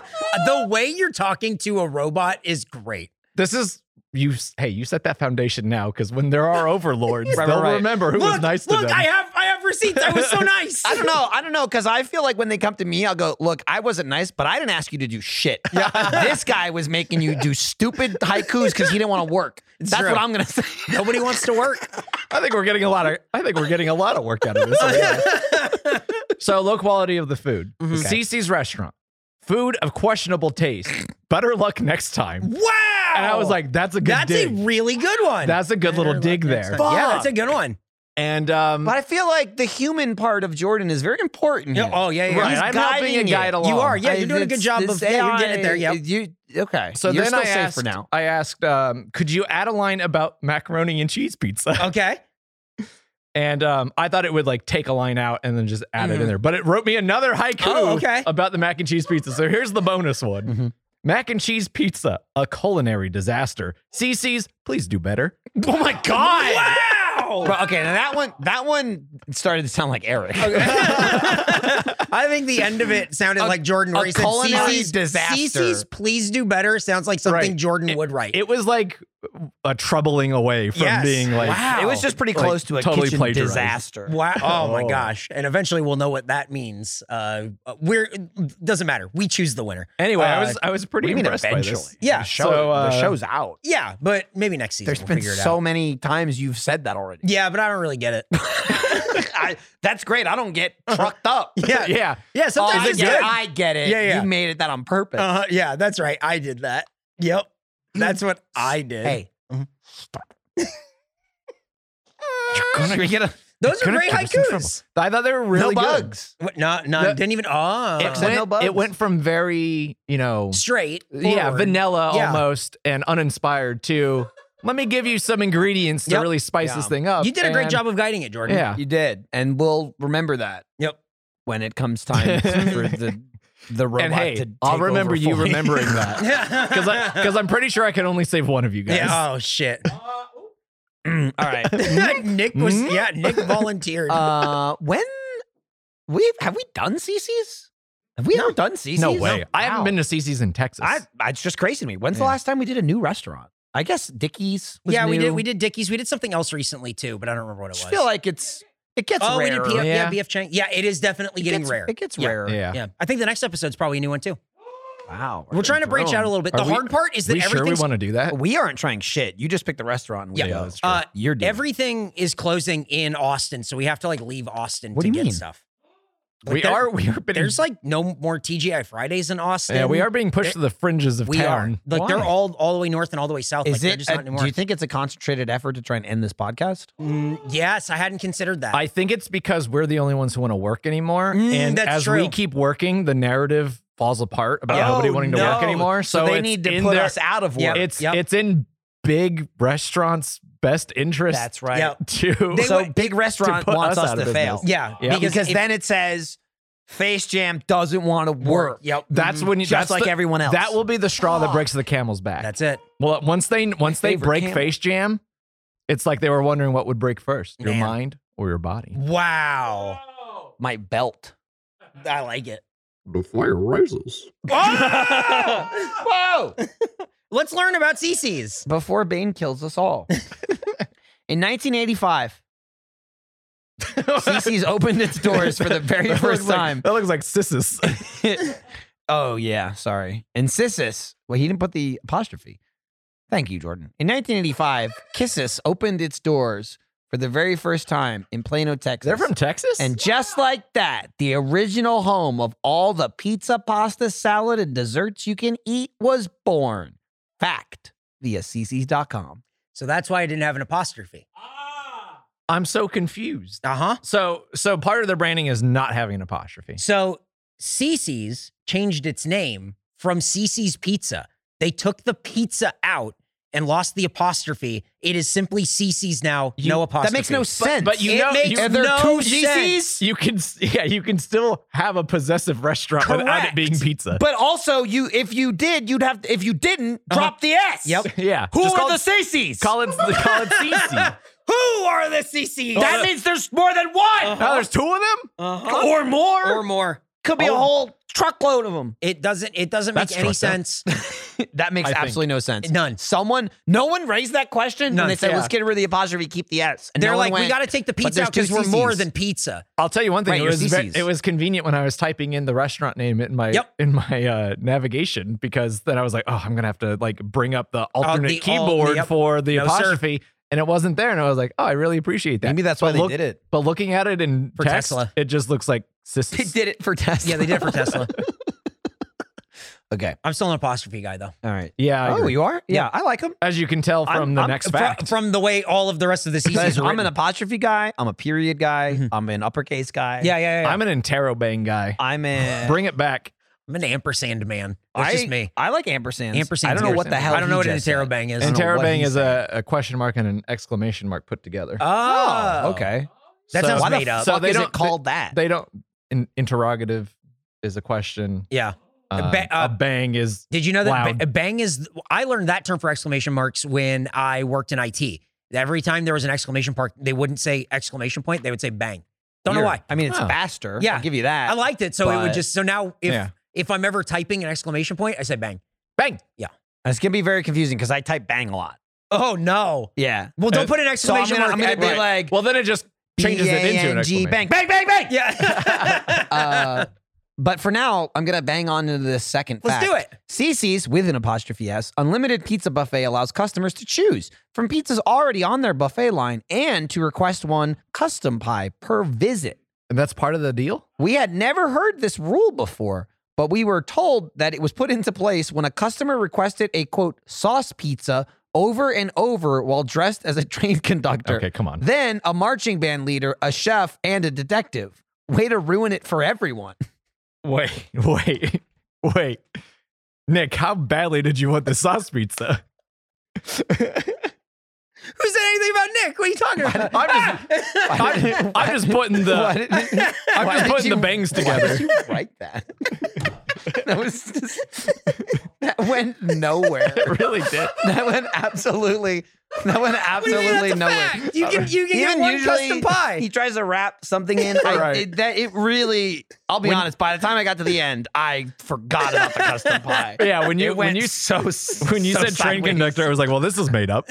S2: okay. the way you're talking to a robot is great.
S4: this is you hey, you set that foundation now because when there are overlords,
S3: Right,
S4: they'll
S3: right, right.
S4: remember who was nice to
S2: look,
S4: them.
S2: I have I have receipts. I was so nice.
S3: I don't know. I don't know because I feel like when they come to me, I'll go, "Look, I wasn't nice, but I didn't ask you to do shit. this guy was making you do stupid haikus because he didn't want to work. That's
S2: true.
S3: what I'm gonna say.
S2: Nobody wants to work.
S4: I think we're getting a lot of I think we're getting a lot of work out of this. already. so low quality of the food.
S2: Mm-hmm.
S4: Cece's restaurant. Food of questionable taste. Better luck next time.
S2: wow.
S4: And I was like, that's a good
S2: that's
S4: dig.
S2: a really good one.
S4: that's a good little dig there.
S2: Yeah,
S3: Fuck.
S2: that's a good one.
S4: And um
S3: But I feel like the human part of Jordan is very important.
S2: Yeah,
S3: here.
S2: oh yeah, yeah.
S4: Right,
S3: He's
S4: I'm helping
S3: guiding
S4: you guide
S3: it.
S4: along.
S2: You are, yeah.
S3: I-
S2: You're doing a good
S3: this-
S2: job
S3: this
S2: of. Yeah, you're getting it there.
S3: AI,
S2: Yep.
S3: You okay?
S4: So
S3: You're
S4: then
S3: still
S4: I
S3: safe
S4: asked,
S3: for now.
S4: I asked, um, could you add a line about macaroni and cheese pizza?
S2: Okay.
S4: And um, I thought it would like take a line out and then just add
S3: Mm-hmm.
S4: it in there. But it wrote me another haiku
S2: Oh, okay.
S4: about the mac and cheese pizza. So here's the bonus one.
S3: Mm-hmm.
S4: Mac and cheese pizza, a culinary disaster. CC's, please do better.
S3: Oh my god!
S2: Wow.
S3: Bro, okay, now that one, that one started to sound like Eric.
S2: I think the end of it sounded like Jordan where
S3: a
S2: he said
S3: culinary
S2: "CC's
S3: disaster."
S2: CC's please do better sounds like something
S4: Right.
S2: Jordan would write.
S4: It was like a troubling away from
S2: Yes.
S4: being like
S2: Wow.
S5: It was just pretty
S4: Like,
S5: close to a
S4: totally
S5: kitchen
S4: plagiarized.
S5: disaster.
S2: Wow. Oh, my
S4: Oh.
S2: gosh. And eventually we'll know what that means. Uh, we're doesn't matter. We choose the winner.
S4: Anyway,
S2: Uh,
S4: I was I was pretty
S3: do you mean
S4: impressed by this.
S3: eventually?
S2: Yeah.
S3: The, show,
S4: So,
S3: the
S4: uh,
S3: show's out.
S2: Yeah, but maybe next season
S3: There's
S2: we'll
S3: been
S2: figure it
S3: so
S2: out.
S3: many times you've said that already.
S2: Yeah, but I don't really get it.
S5: I, that's great. I don't get trucked up.
S2: Yeah. yeah.
S4: Yeah,
S2: sometimes
S5: Oh, I
S2: it's
S5: get
S2: good.
S5: it. I get it.
S2: Yeah, yeah.
S5: You made it that on purpose.
S2: Uh, yeah, that's right. I did that. Yep. That's what I did.
S5: Hey,
S4: Gonna get a-
S2: Those are
S4: gonna
S2: great
S4: get us in
S2: haikus.
S4: I thought they were really
S5: no
S4: good.
S5: bugs.
S2: What, No, no,
S4: The-
S2: didn't even. Oh,
S4: It,
S5: Except
S4: went,
S5: no bugs.
S4: it went from very you know
S2: straight.
S4: yeah
S2: forward.
S4: vanilla
S2: Yeah.
S4: almost and uninspired to let me give you some ingredients to
S2: Yep.
S4: really spice
S5: Yeah.
S4: this thing up.
S2: You did a great
S4: and-
S2: job of guiding it, Jordan.
S4: Yeah,
S3: You did. And we'll remember that
S2: Yep.
S3: when it comes time for the, the robot
S4: and hey,
S3: to take
S4: I'll remember
S3: over
S4: you
S3: fully.
S4: remembering that because
S2: Because
S4: because I'm pretty sure I can only save one of you guys.
S2: Yeah. Oh shit.
S3: All right.
S2: Nick was.
S4: Mm.
S2: Yeah. Nick volunteered.
S3: Hmm? Uh, when we have we done CC's? Have we ever done CC's?
S4: no way. I haven't
S3: Wow.
S4: been to CC's in Texas.
S3: I, I- it's just crazy to me. When's the
S4: Yeah.
S3: last time we did a new restaurant? I guess Dickie's. Was
S2: yeah, we did.
S3: new.
S2: We did Dickies. We did something else recently too, but I don't remember what it was.
S3: Just feel like it's it gets
S2: oh,
S3: rarer.
S2: we did. PF, yeah.
S4: Yeah.
S2: BF Chang. Yeah, it is definitely
S3: It
S2: getting
S3: gets-
S2: rare.
S3: It gets
S2: Yeah.
S3: rarer.
S4: yeah.
S2: Yeah, I think the next episode's probably a new one too.
S3: Wow.
S2: We're trying to branch out a little bit. The
S4: Are we-
S2: hard part is that
S4: we sure we
S2: everything's
S4: want to do that?
S3: We aren't trying shit. You just picked the restaurant. And we
S2: Yeah.
S3: go.
S4: Yeah, that's true.
S2: uh,
S3: You're doing. it.
S2: everything is closing in Austin, so we have to like leave Austin
S3: What
S2: to
S3: do you
S2: get
S3: mean?
S2: stuff. Like,
S4: we
S2: there-
S4: are. We are. Been,
S2: There's like no more TGI Fridays in Austin.
S4: yeah, we are being pushed to the fringes of
S2: We
S4: town.
S2: are like they're
S3: Why?
S2: all all the way north and all the way south. like,
S3: Is
S2: they're
S3: it?
S2: just not
S3: a-
S2: anymore.
S3: do you think it's a concentrated effort to try and end this podcast?
S2: Mm, yes, I hadn't considered that.
S4: I think it's because we're the only ones who want to work anymore,
S2: Mm,
S4: and
S2: that's
S4: as
S2: true.
S4: we keep working, the narrative falls apart about
S2: Yeah.
S4: nobody
S2: Oh,
S4: wanting to work
S2: no.
S4: anymore. So,
S3: they
S4: it's
S3: need to
S4: in
S3: put
S4: their-
S3: us out of work.
S2: Yeah.
S4: It's
S2: Yep.
S4: it's in big restaurants' best interest.
S3: That's right.
S2: Yeah.
S4: To
S2: They
S3: so
S2: would-
S3: big restaurant
S4: put
S3: wants
S4: us
S3: us,
S4: out
S3: to
S4: of
S3: fail.
S4: business.
S2: yeah,
S4: Yeah.
S2: because,
S3: because
S2: if-
S3: then it says Face Jam doesn't want to work. Mm-hmm.
S2: Yep.
S4: that's when you
S3: Just
S4: that's
S3: like
S4: the-
S3: everyone else.
S4: That will be the straw that breaks the camel's back.
S2: that's it.
S4: well, once they once they
S3: favorite
S4: break
S3: camel.
S4: Face Jam, it's like they were wondering what would break first, your
S2: Man.
S4: mind or your body.
S2: Wow,
S3: my belt.
S2: I like it.
S6: The fire rises.
S3: Whoa!
S2: Let's learn about CC's.
S3: Before Bane kills us all. In 1985, CC's opened its doors for the very
S4: That
S3: first
S4: looks like-
S3: time.
S4: that looks like Sissus.
S3: oh yeah, sorry. And Sissis. Well, he didn't put the apostrophe. Thank you, Jordan. In 1985, Kisses opened its doors for the very first time in Plano, Texas.
S4: They're from Texas,
S3: And just like that, the original home of all the pizza, pasta, salad, and desserts you can eat was born. Fact via cc's.com.
S2: So that's why I didn't have an apostrophe.
S4: I'm so confused.
S2: Uh huh.
S4: So so part of their branding is not having an apostrophe.
S2: So CC's changed its name from CC's Pizza. They took the pizza out and lost the apostrophe. It is simply CC's now.
S4: You-
S2: no
S4: that
S2: apostrophe.
S3: That makes no sense.
S4: but you
S2: It
S4: know-
S2: makes
S4: you-
S3: and there
S2: no
S3: are two
S2: sense.
S3: cc's.
S4: You can s- yeah, you can still have a possessive restaurant without
S2: Correct.
S4: it being pizza.
S3: But also, you if you did, you'd have if you didn't, drop the S.
S2: Yep.
S4: yeah.
S3: Who
S4: Uh-huh. Just
S3: are
S4: call
S3: the
S4: it-
S3: CC's?
S4: Call it call it CC.
S2: Who are the CC's?
S3: that means there's more than one
S4: Now there's two of them?
S3: Uh,
S2: Uh-huh.
S3: or more.
S2: or more. Oh
S3: could
S4: Oh.
S3: be a whole truckload of them.
S2: It doesn't. It doesn't make
S4: That's
S2: any
S4: fucked up.
S2: sense.
S3: That makes
S4: I think.
S3: absolutely no sense.
S2: None.
S3: Someone, no one raised that question,
S2: None.
S3: and they said,
S2: Yeah.
S3: "Let's get rid of the apostrophe, keep the S." And
S2: They're
S3: no one
S2: like, we
S3: went,
S2: got to take the pizza
S3: there's
S2: out because
S3: two
S2: we're more
S3: CC's.
S2: than pizza.
S4: I'll tell you one thing.
S3: Right,
S4: it
S3: your
S4: was ve-
S3: CC's.
S4: it was convenient when I was typing in the restaurant name in my
S2: Yep.
S4: in my uh, navigation because then I was like, oh, I'm gonna have to like bring up the alternate
S2: the alt-
S4: keyboard
S2: yep.
S4: for the
S2: No, sir.
S4: apostrophe. And it wasn't there, and I was like, "Oh, I really appreciate that."
S3: Maybe that's why
S4: But
S3: they
S4: look-
S3: did it.
S4: But looking at it in
S2: For
S4: text,
S2: Tesla.
S4: it just looks like Sissis.
S3: They did it for Tesla.
S2: Yeah, they did it for Tesla.
S3: Okay.
S2: I'm still an apostrophe guy though.
S3: All right.
S4: Yeah. I
S3: oh,
S4: agree.
S3: you are? Yeah, I like them.
S4: as you can tell from
S3: I'm-
S4: the
S3: I'm-
S4: next
S2: Fro-
S4: fact.
S2: From the way all of the rest of the CC's are
S3: I'm an
S2: written. Mm-hmm.
S3: apostrophe guy. I'm a period guy. I'm an uppercase guy.
S2: Yeah, yeah, yeah.
S4: I'm an interrobang guy.
S3: I'm a.
S4: Bring it back.
S2: I'm an ampersand man. That's
S3: I,
S2: just me.
S3: I like ampersands.
S2: Ampersands.
S3: I don't know what the
S2: ampersands.
S3: hell.
S2: I don't know
S3: he
S2: what an
S3: just said.
S2: interrobang is.
S3: don't know what
S4: Interrobang
S3: he's
S4: is a, a question mark and an exclamation mark put together.
S2: Oh,
S3: Oh, okay.
S2: That
S4: So-
S2: sounds
S3: Why the
S2: made up.
S4: So
S3: fuck
S4: they
S3: is
S4: don't-
S3: it called that?
S4: They don't. An interrogative is a question.
S2: yeah.
S4: um,
S2: ba- uh,
S4: a bang is.
S2: Did you know that
S4: Loud.
S2: ba- bang is? I learned that term for exclamation marks when I worked in IT. Every time there was an exclamation mark, they wouldn't say exclamation point. They would say bang. Don't know
S3: Weird.
S2: why.
S3: I mean, it's
S4: Huh.
S3: faster.
S2: Yeah.
S3: I'll give you that.
S2: I liked it, so it would
S3: But-
S2: just. So now if
S4: Yeah.
S2: if I'm ever typing an exclamation point, I say bang.
S4: Bang.
S3: It's gonna be very confusing because I type bang a lot.
S2: Oh no.
S3: Yeah.
S2: Well, don't
S4: Uh,
S2: put an
S3: So I'm
S2: exclamation
S3: gonna, I'm
S2: mark.
S3: gonna
S2: at
S3: be
S2: it.
S3: like
S4: Well, then it just changes it into an
S3: B A N G,
S4: exclamation.
S3: bang, bang, bang, bang.
S2: yeah.
S3: Uh, but for now, I'm gonna bang on into the second
S2: Let's
S3: fact.
S2: do it.
S3: CC's with an apostrophe S unlimited pizza buffet allows customers to choose from pizzas already on their buffet line and to request one custom pie per visit.
S4: And that's part of the deal?
S3: We had never heard this rule before, but we were told that it was put into place when a customer requested a quote sauce pizza over and over while dressed as a train conductor.
S4: Okay, come on.
S3: Then a marching band leader, a chef, and a detective. Way to ruin it for everyone.
S4: Wait, wait, wait. Nick, how badly did you want the sauce pizza?
S2: Who said anything about Nick? What are you talking about? Ah,
S4: I'm I'm, I'm just putting the I'm just putting the bangs together.
S3: you write that? that was just, that went nowhere.
S4: It really did.
S3: That went absolutely. That went
S2: What do you mean that's
S3: absolutely
S2: a
S3: nowhere.
S2: fact? You can you can get
S3: Even
S2: one
S3: usually,
S2: custom pie.
S3: he tries to wrap something in. I,
S4: Right.
S3: it, that it really. I'll be honest. By the time I got to the end, I forgot about the custom pie.
S4: Yeah, when
S3: It
S4: you when
S3: went
S4: you
S3: so
S4: when you said train conductor, I was like, well, this is made up.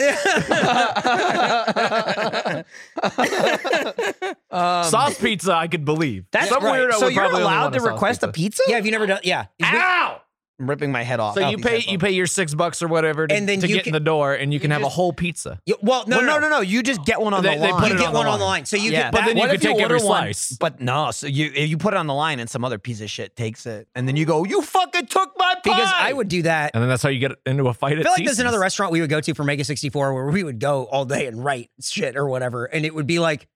S4: sauce pizza, I could believe.
S3: That's
S4: Some
S3: right.
S4: weirdo
S3: So
S4: would
S3: you're
S4: probably only
S3: allowed
S4: want a
S3: to
S4: sauce
S3: request a pizza?
S2: yeah, have you never done? Yeah.
S3: Ow! I'm ripping my head off.
S4: So you pay you pay your six bucks or whatever to,
S2: And then
S4: to
S2: you
S4: get
S2: can-
S4: in the door, and you can have a
S2: just-
S4: whole pizza.
S2: You- well, no,
S3: well,
S2: no,
S3: no, no, no. You just get one on
S4: They-
S3: the
S4: they
S3: line.
S4: put
S2: You
S4: it
S2: get
S4: on
S2: one
S4: the
S2: on the
S4: line.
S2: line, so you
S3: yeah,
S2: can.
S4: but
S2: that-
S4: then you
S3: what
S4: could
S3: if
S4: take every
S3: order one,
S4: slice.
S3: But no, so you if you put it on the line and some other piece of shit takes it, and then you go, "You fucking took my pie."
S2: because I would do that.
S4: And then that's how you get into a fight.
S2: I feel like there's another restaurant we would go to for Mega 64 where we would go all day and write shit or whatever. And it would be like,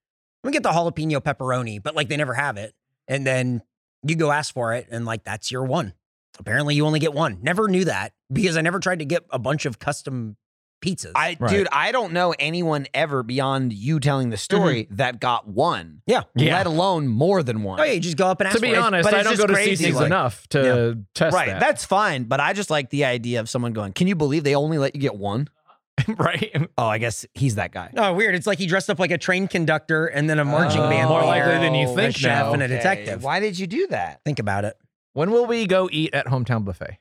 S2: let me get the jalapeno pepperoni, but like they never have it. And then you go ask for it and like that's your one. Apparently you only get one. Never knew that because I never tried to get a bunch of custom pizzas.
S3: I
S4: Right.
S3: dude, I don't know anyone ever beyond you telling the story that got one,
S2: yeah.
S4: Mm-hmm. Yeah.
S3: let alone more than one.
S2: Oh yeah, you just go up and ask
S4: To be
S2: for it.
S4: honest,
S3: but
S4: I
S3: it's
S4: don't
S3: just
S4: go to
S3: crazy,
S4: CC's
S3: like-
S4: enough to test
S3: right,
S4: that.
S3: that's fine, but I just like the idea of someone going, "Can you believe they only let you get one?"
S4: right.
S3: Oh, I guess he's that guy.
S2: Oh, weird. It's like he dressed up like a train conductor and then a marching
S3: Oh.
S2: band
S4: More
S2: leader,
S4: likely than you
S2: a
S4: think
S2: chef
S4: now.
S2: and a detective.
S3: Why did you do that?
S2: Think about it.
S4: When will we go eat at Hometown Buffet?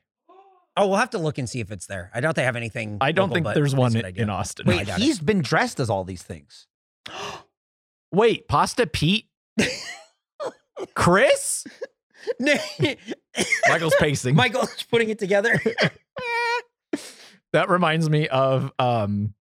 S2: Oh, we'll have to look and see if it's there. I doubt they have anything.
S4: I don't
S2: local,
S4: think
S2: but
S4: there's
S2: that's
S4: one
S2: a
S4: in,
S2: good idea.
S4: in Austin.
S2: Wait,
S4: I
S3: Wait,
S4: doubt it.
S3: he's been dressed as all these things.
S4: Wait, Pasta Pete? Chris? Michael's pacing.
S2: Michael's putting it together.
S4: that reminds me of um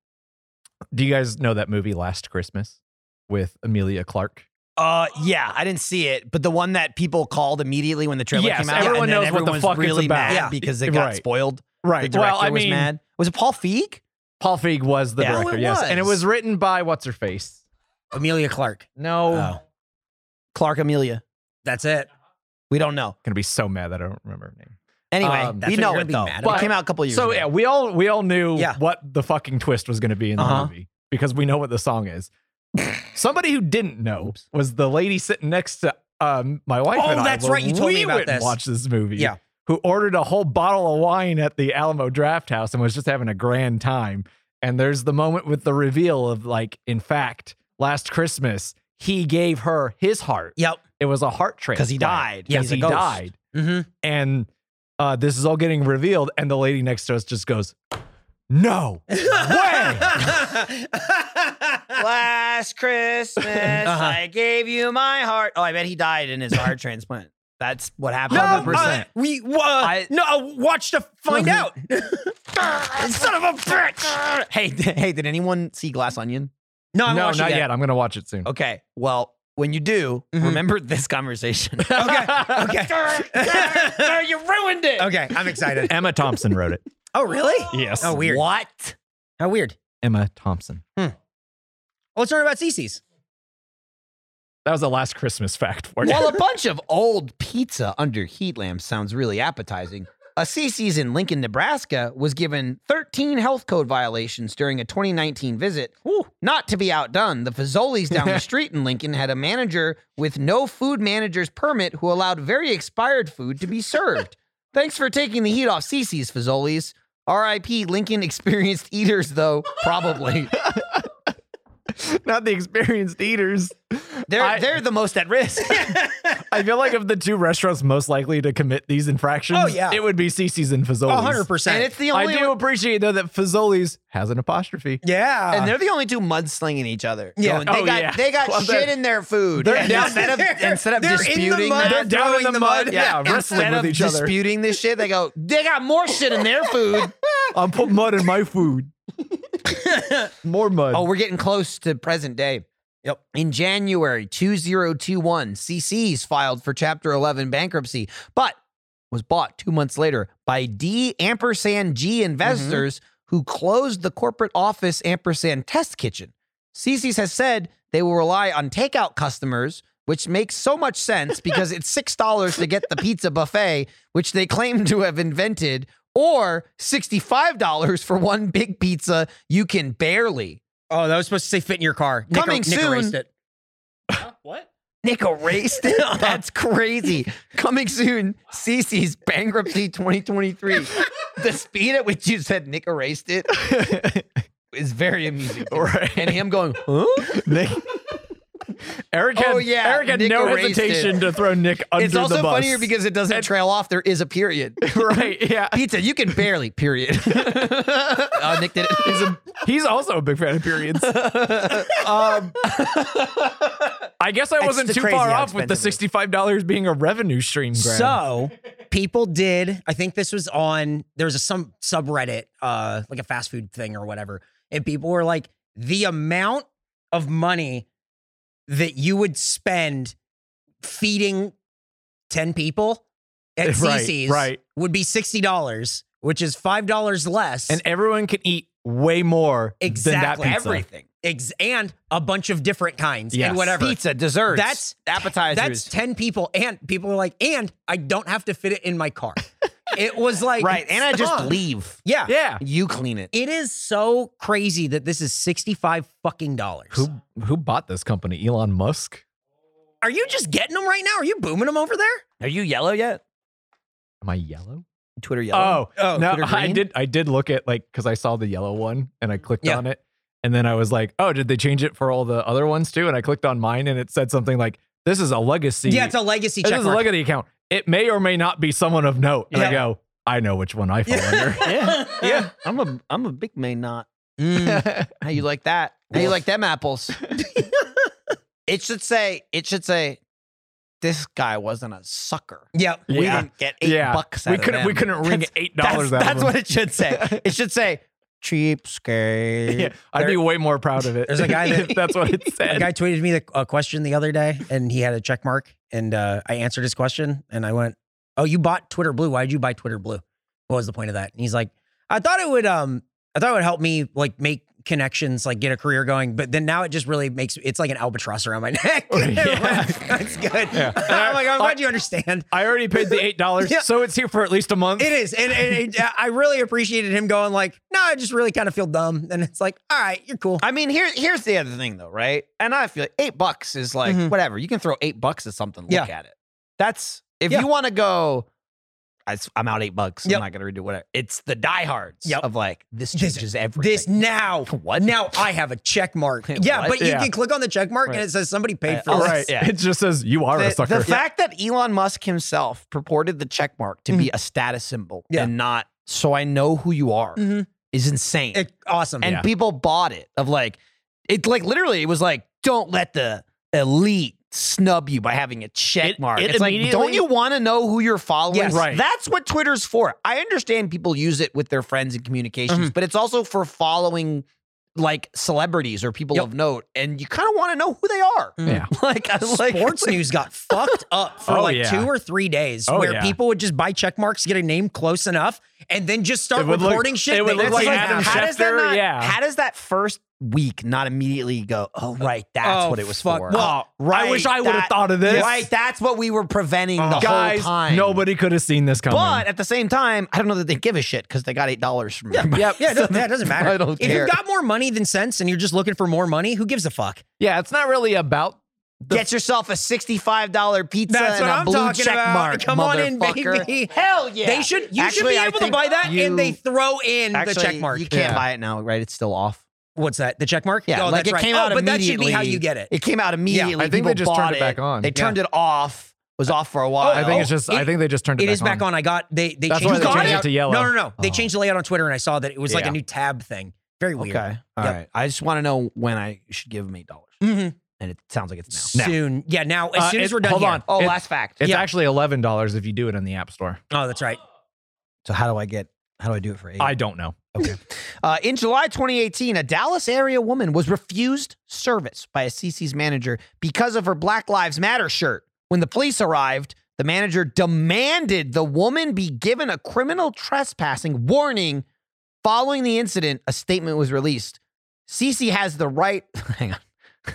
S4: do you guys know that movie Last Christmas with Amelia Clark?
S3: Uh, yeah, I didn't see it, but the one that people called immediately when the trailer
S4: Yes,
S3: came out,
S4: everyone
S3: and then
S4: knows what the
S3: everyone was
S4: fuck it's
S3: really
S4: about.
S3: mad
S2: Yeah.
S3: because it got
S4: Right.
S3: spoiled. The director
S4: Well, I
S3: was
S4: mean
S3: mad. Was it Paul Feig?
S4: Paul Feig was the
S3: Yeah. Oh,
S4: director,
S3: it
S4: yes. And it
S3: was.
S4: was written by what's her face?
S2: Amelia Clark.
S4: No.
S2: Oh,
S3: Clark Amelia.
S2: that's it.
S3: We don't know.
S4: Gonna be so mad that I don't remember her name.
S3: Anyway,
S4: Um,
S2: That's
S3: we
S2: what
S3: know
S2: you're
S3: it
S2: gonna
S3: though.
S2: be mad
S3: It
S2: about.
S3: came out a couple years
S4: So
S3: ago.
S4: yeah, we all we all knew
S2: Yeah.
S4: what the fucking twist was gonna be in the
S3: Uh-huh.
S4: movie because we know what the song is. Somebody who didn't know was the lady sitting next to um my wife
S2: Oh,
S4: and I.
S2: that's
S4: when
S2: right. You told
S4: we
S2: me about
S4: went and
S2: this.
S4: Watched this movie.
S2: Yeah.
S4: Who ordered a whole bottle of wine at the Alamo Draft House and was just having a grand time. And there's the moment with the reveal of like, in fact, last Christmas he gave her his heart.
S2: Yep.
S4: It was a heart transplant
S3: Because he died.
S2: Yeah,
S4: Because
S3: he's a
S4: he
S3: ghost.
S4: died
S2: hmm
S4: and uh, this is all getting revealed, and the lady next to us just goes, "No way!"
S3: Last Christmas, I gave you my heart. Oh, I bet he died in his heart transplant. That's what happened.
S2: No, uh,
S4: 100%.
S2: we uh,
S3: I-
S2: no uh, watch to find out.
S3: Son of a bitch! hey, d- hey, did anyone see Glass Onion?
S2: No, I
S4: no,
S2: haven't
S4: not
S2: watched it
S4: yet. I'm gonna watch it soon.
S3: Okay, well, when you do, remember this conversation.
S2: Okay, okay,
S3: you ruined it.
S2: okay. I'm excited.
S4: Emma Thompson wrote it.
S2: Oh, really?
S4: Yes.
S2: Oh, weird.
S3: What?
S2: How weird.
S4: Emma Thompson.
S2: Oh, let's learn about CC's.
S4: That was the last Christmas fact for you.
S3: While a bunch of old pizza under heat lamps sounds really appetizing, a CC's in Lincoln, Nebraska was given 13 health code violations during a 2019 visit. Not to be outdone, the Fazoli's down the street in Lincoln had a manager with no food manager's permit who allowed very expired food to be served. Thanks for taking the heat off CC's, Fazoli's. RIP Lincoln experienced eaters, though, probably.
S4: Not the experienced eaters.
S3: They're,
S4: I-
S3: they're the most at risk.
S4: I feel like of the two restaurants most likely to commit these infractions,
S2: Oh, yeah.
S4: it would be Cece's and Fazoli's.
S2: hundred
S5: and
S2: percent.
S5: it's the
S4: I
S5: only
S4: do appreciate though that Fazoli's has an apostrophe.
S2: Yeah.
S5: and they're the only two mudslinging each other.
S2: Yeah.
S5: Going, they
S4: Oh,
S5: got
S4: yeah.
S5: they got
S4: Well,
S5: shit
S4: they're-
S5: in their food.
S4: they're
S5: And
S4: down-
S5: instead of instead of
S2: They're in the
S5: disputing
S2: mud.
S5: that,
S4: They're down in
S2: throwing
S4: the,
S2: the
S4: mud.
S2: mud.
S4: Yeah, wrestling
S5: instead
S4: with
S5: of
S4: each other.
S5: disputing this shit, they go, they got more shit in their food.
S4: I'll put mud in my food. More mud.
S3: Oh, we're getting close to present day. Yep. In January 2021, CC's filed for Chapter 11 bankruptcy, but was bought two months later by D ampersand G investors who closed the corporate office ampersand test kitchen. CC's has said they will rely on takeout customers, which makes so much sense because it's $6 to get the pizza buffet, which they claim to have invented, or $65 for one big pizza you can barely
S2: oh, that was supposed to say fit in your car. Nick- er-,
S3: Coming
S2: Nick
S3: soon.
S2: erased it.
S3: Nick erased it. That's crazy. Coming soon, CC's bankruptcy 2023. the speed at which you said Nick erased it is very amusing. to me.
S4: Right.
S3: And him going,
S4: Nick. Eric had,
S3: Oh, yeah,
S4: Eric had
S3: Nick
S4: no
S3: erased
S4: hesitation to throw Nick under
S3: it's also
S4: the bus.
S3: funnier because it doesn't trail off. There is a period.
S4: right, yeah.
S3: Pizza, you can barely, period. oh, Nick did it.
S4: He's, a, he's also a big fan of periods. um, I guess I wasn't
S5: just
S4: too
S5: crazy
S4: far
S5: how
S4: off with the
S5: expensive
S4: sixty-five dollars being a revenue stream. Grab.
S2: So people did. I think this was on. There was a some subreddit, uh, like a fast food thing or whatever, and people were like, the amount of money that you would spend feeding ten people at
S4: Right,
S2: CC's
S4: right.
S2: would be sixty dollars, which is five dollars less.
S4: and everyone can eat way more
S2: Exactly.
S4: than that pizza.
S3: Everything.
S2: ex- and a bunch of different kinds
S4: Yes.
S2: and whatever.
S3: Pizza, desserts,
S2: That's-
S3: appetizers.
S2: That's 10 people. And people are like, and I don't have to fit it in my car. it was like,
S3: right. And I just
S2: stunk.
S3: leave.
S2: Yeah.
S4: Yeah.
S3: You clean it.
S2: It is so crazy that this is 65 fucking dollars.
S4: Who who bought this company? Elon Musk.
S2: Are you just getting them right now? Are you booming them over there?
S3: Are you yellow yet?
S4: Am I yellow?
S3: Twitter yellow.
S4: oh no!
S3: Twitter
S4: I
S3: green?
S4: did I did look at like because I saw the yellow one and I clicked
S2: Yeah.
S4: on it and then I was like, oh, did they change it for all the other ones too? And I clicked on mine and it said something like, this is a legacy.
S2: Yeah, it's a legacy
S4: this
S2: check.
S4: is a
S2: mark.
S4: legacy account. It may or may not be someone of note. And
S2: Yeah.
S4: I go, I know which one I fall under.
S3: Oh. Yeah. I'm a I'm a big may not.
S2: Mm.
S3: How you like that? How you like them apples? it should say, it should say, this guy wasn't a sucker.
S2: Yep.
S3: We
S4: Yeah.
S3: didn't get eight
S4: Yeah.
S3: bucks out
S4: we
S3: of
S4: couldn't we
S3: them.
S4: couldn't wring
S3: That's-
S4: eight
S3: That's,
S4: dollars out
S3: that's
S4: of
S3: what
S4: them.
S3: it should say. It should say, cheapskate.
S4: Yeah, I'd be way more proud of it.
S2: There's a guy that-
S4: if that's what it
S2: A
S4: said.
S2: guy tweeted me the, a question the other day and he had a check mark and uh, I answered his question and I went, "Oh, you bought Twitter Blue. Why did you buy Twitter Blue? What was the point of that?" And he's like, "I thought it would um I thought it would help me like make connections, like get a career going, but then now it just really makes it's like an albatross around my neck."
S4: Yeah.
S2: That's good.
S4: Yeah.
S2: I'm like, "I'm glad you understand."
S4: I already paid the eight dollars,
S2: Yeah.
S4: so it's here for at least a month.
S2: It is, and, and it, I really appreciated him going like, "No, I just really kind of feel dumb," and it's like, "All right, you're cool."
S3: I mean, here, here's the other thing, though, right? And I feel like eight bucks is like
S4: Mm-hmm.
S2: Mhm.
S3: whatever. You can throw eight bucks at something. Look
S2: Yeah.
S3: at it. That's if
S2: Yeah.
S3: you want to go. I s- I'm out eight bucks.
S2: Yep.
S3: I'm not gonna redo whatever. It's the diehards
S2: Yep.
S3: of like this
S2: This-
S3: changes everything.
S2: This now,
S3: What?
S2: now I have a check mark. Yeah,
S3: What?
S2: but you
S4: Yeah.
S2: can click on the check mark
S3: Right.
S2: and it says somebody paid
S3: Uh,
S2: for
S3: all
S4: All
S2: this.
S4: right.
S3: Yeah.
S4: It just says you are a
S3: the,
S4: sucker.
S3: the fact that Elon Musk himself purported the check mark to be a status symbol
S2: Yeah.
S3: and not so I know who you are
S2: Mhm.
S3: is insane.
S2: It- awesome.
S3: and
S4: Yeah.
S3: people bought it of like it like literally it was like don't let the elite snub you by having a check
S4: It-
S3: mark.
S4: it
S3: it's like
S4: immediately-
S3: don't you want to know who you're following?
S2: Yes.
S4: Right.
S3: That's what Twitter's for. I understand people use it with their friends and communications, but it's also for following like celebrities or people
S2: Yep.
S3: of note and you kind of want to know who they are.
S4: yeah.
S3: Like I like
S2: Sports news got fucked up for
S4: Oh,
S2: like
S4: yeah.
S2: two or three days,
S4: Oh,
S2: where
S4: yeah.
S2: people would just buy check marks, get a name close enough, and then just start
S4: It would look-
S2: reporting shit.
S4: it would
S2: that-
S4: look
S2: that's
S4: like
S2: like
S4: Adam
S2: that.
S3: how does that
S4: Schefter,
S3: not,
S4: yeah.
S3: How does that first week not immediately go? Oh, right, that's
S2: Oh,
S3: what it was
S2: fuck.
S3: for.
S2: Well,
S3: Oh, right,
S4: I wish I would've
S3: that-
S4: thought of this.
S3: Right, that's what we were preventing the
S4: Guys,
S3: whole time.
S4: nobody could have seen this coming.
S3: But at the same time, I don't know that they give a shit because they got eight dollars from yeah,
S2: Yeah, it doesn't, yeah, it doesn't matter.
S3: I don't
S2: if
S3: care.
S2: you've got more money than sense and you're just looking for more money, who gives a fuck?
S4: yeah, it's not really about
S3: Get yourself a sixty-five dollar pizza
S2: That's
S3: and
S2: what
S3: a
S2: I'm
S3: blue
S2: talking
S3: check
S2: about.
S3: mark.
S2: Come on in,
S3: motherfucker.
S2: baby.
S3: Hell yeah!
S2: They should. You
S3: Actually,
S2: should
S3: I
S2: be able to
S3: think
S2: buy that,
S3: you-
S2: and they throw in the
S3: Actually,
S2: check mark.
S3: You can't
S4: Yeah.
S3: buy it now, right? It's still off.
S2: What's that? The check mark?
S3: Yeah,
S2: oh,
S3: like
S2: that's
S3: it
S2: right.
S3: came
S2: oh,
S3: out
S2: but that
S3: immediately.
S2: should be how you get it.
S3: It came out immediately.
S4: I think they
S3: People
S4: just turned
S3: bought
S4: it back on.
S3: They
S4: Yeah.
S3: turned it off.
S5: was off
S3: Oh,
S5: for a while.
S4: I think it's just. I
S2: it-
S4: think they just turned it,
S2: It is back on. I got they they
S4: That's
S2: changed,
S4: why
S2: you
S4: they
S2: got
S4: changed it to yellow.
S2: No, no, no. They
S4: Oh.
S2: changed the layout on Twitter, and I saw that it was like
S4: Yeah.
S2: a new tab thing. Very weird.
S5: okay.
S3: All right.
S2: Yep.
S3: I just want to know when I should give them eight dollars,
S2: hmm
S3: and it sounds like it's now.
S2: Soon, yeah. Now, as
S4: Uh,
S2: soon as
S4: it-
S2: we're done
S4: hold
S2: here.
S4: on.
S5: Oh,
S4: It-
S5: last fact.
S4: It's
S2: Yeah.
S4: actually eleven dollars if you do it in the app store.
S2: Oh, that's right.
S3: So how do I get? How do I do it for eight?
S4: I don't know.
S3: Uh, in July 2018, a Dallas area woman was refused service by Assisi's manager because of her Black Lives Matter shirt. When the police arrived, the manager demanded the woman be given a criminal trespassing warning. Following the incident, a statement was released. Cece has the right. Hang on.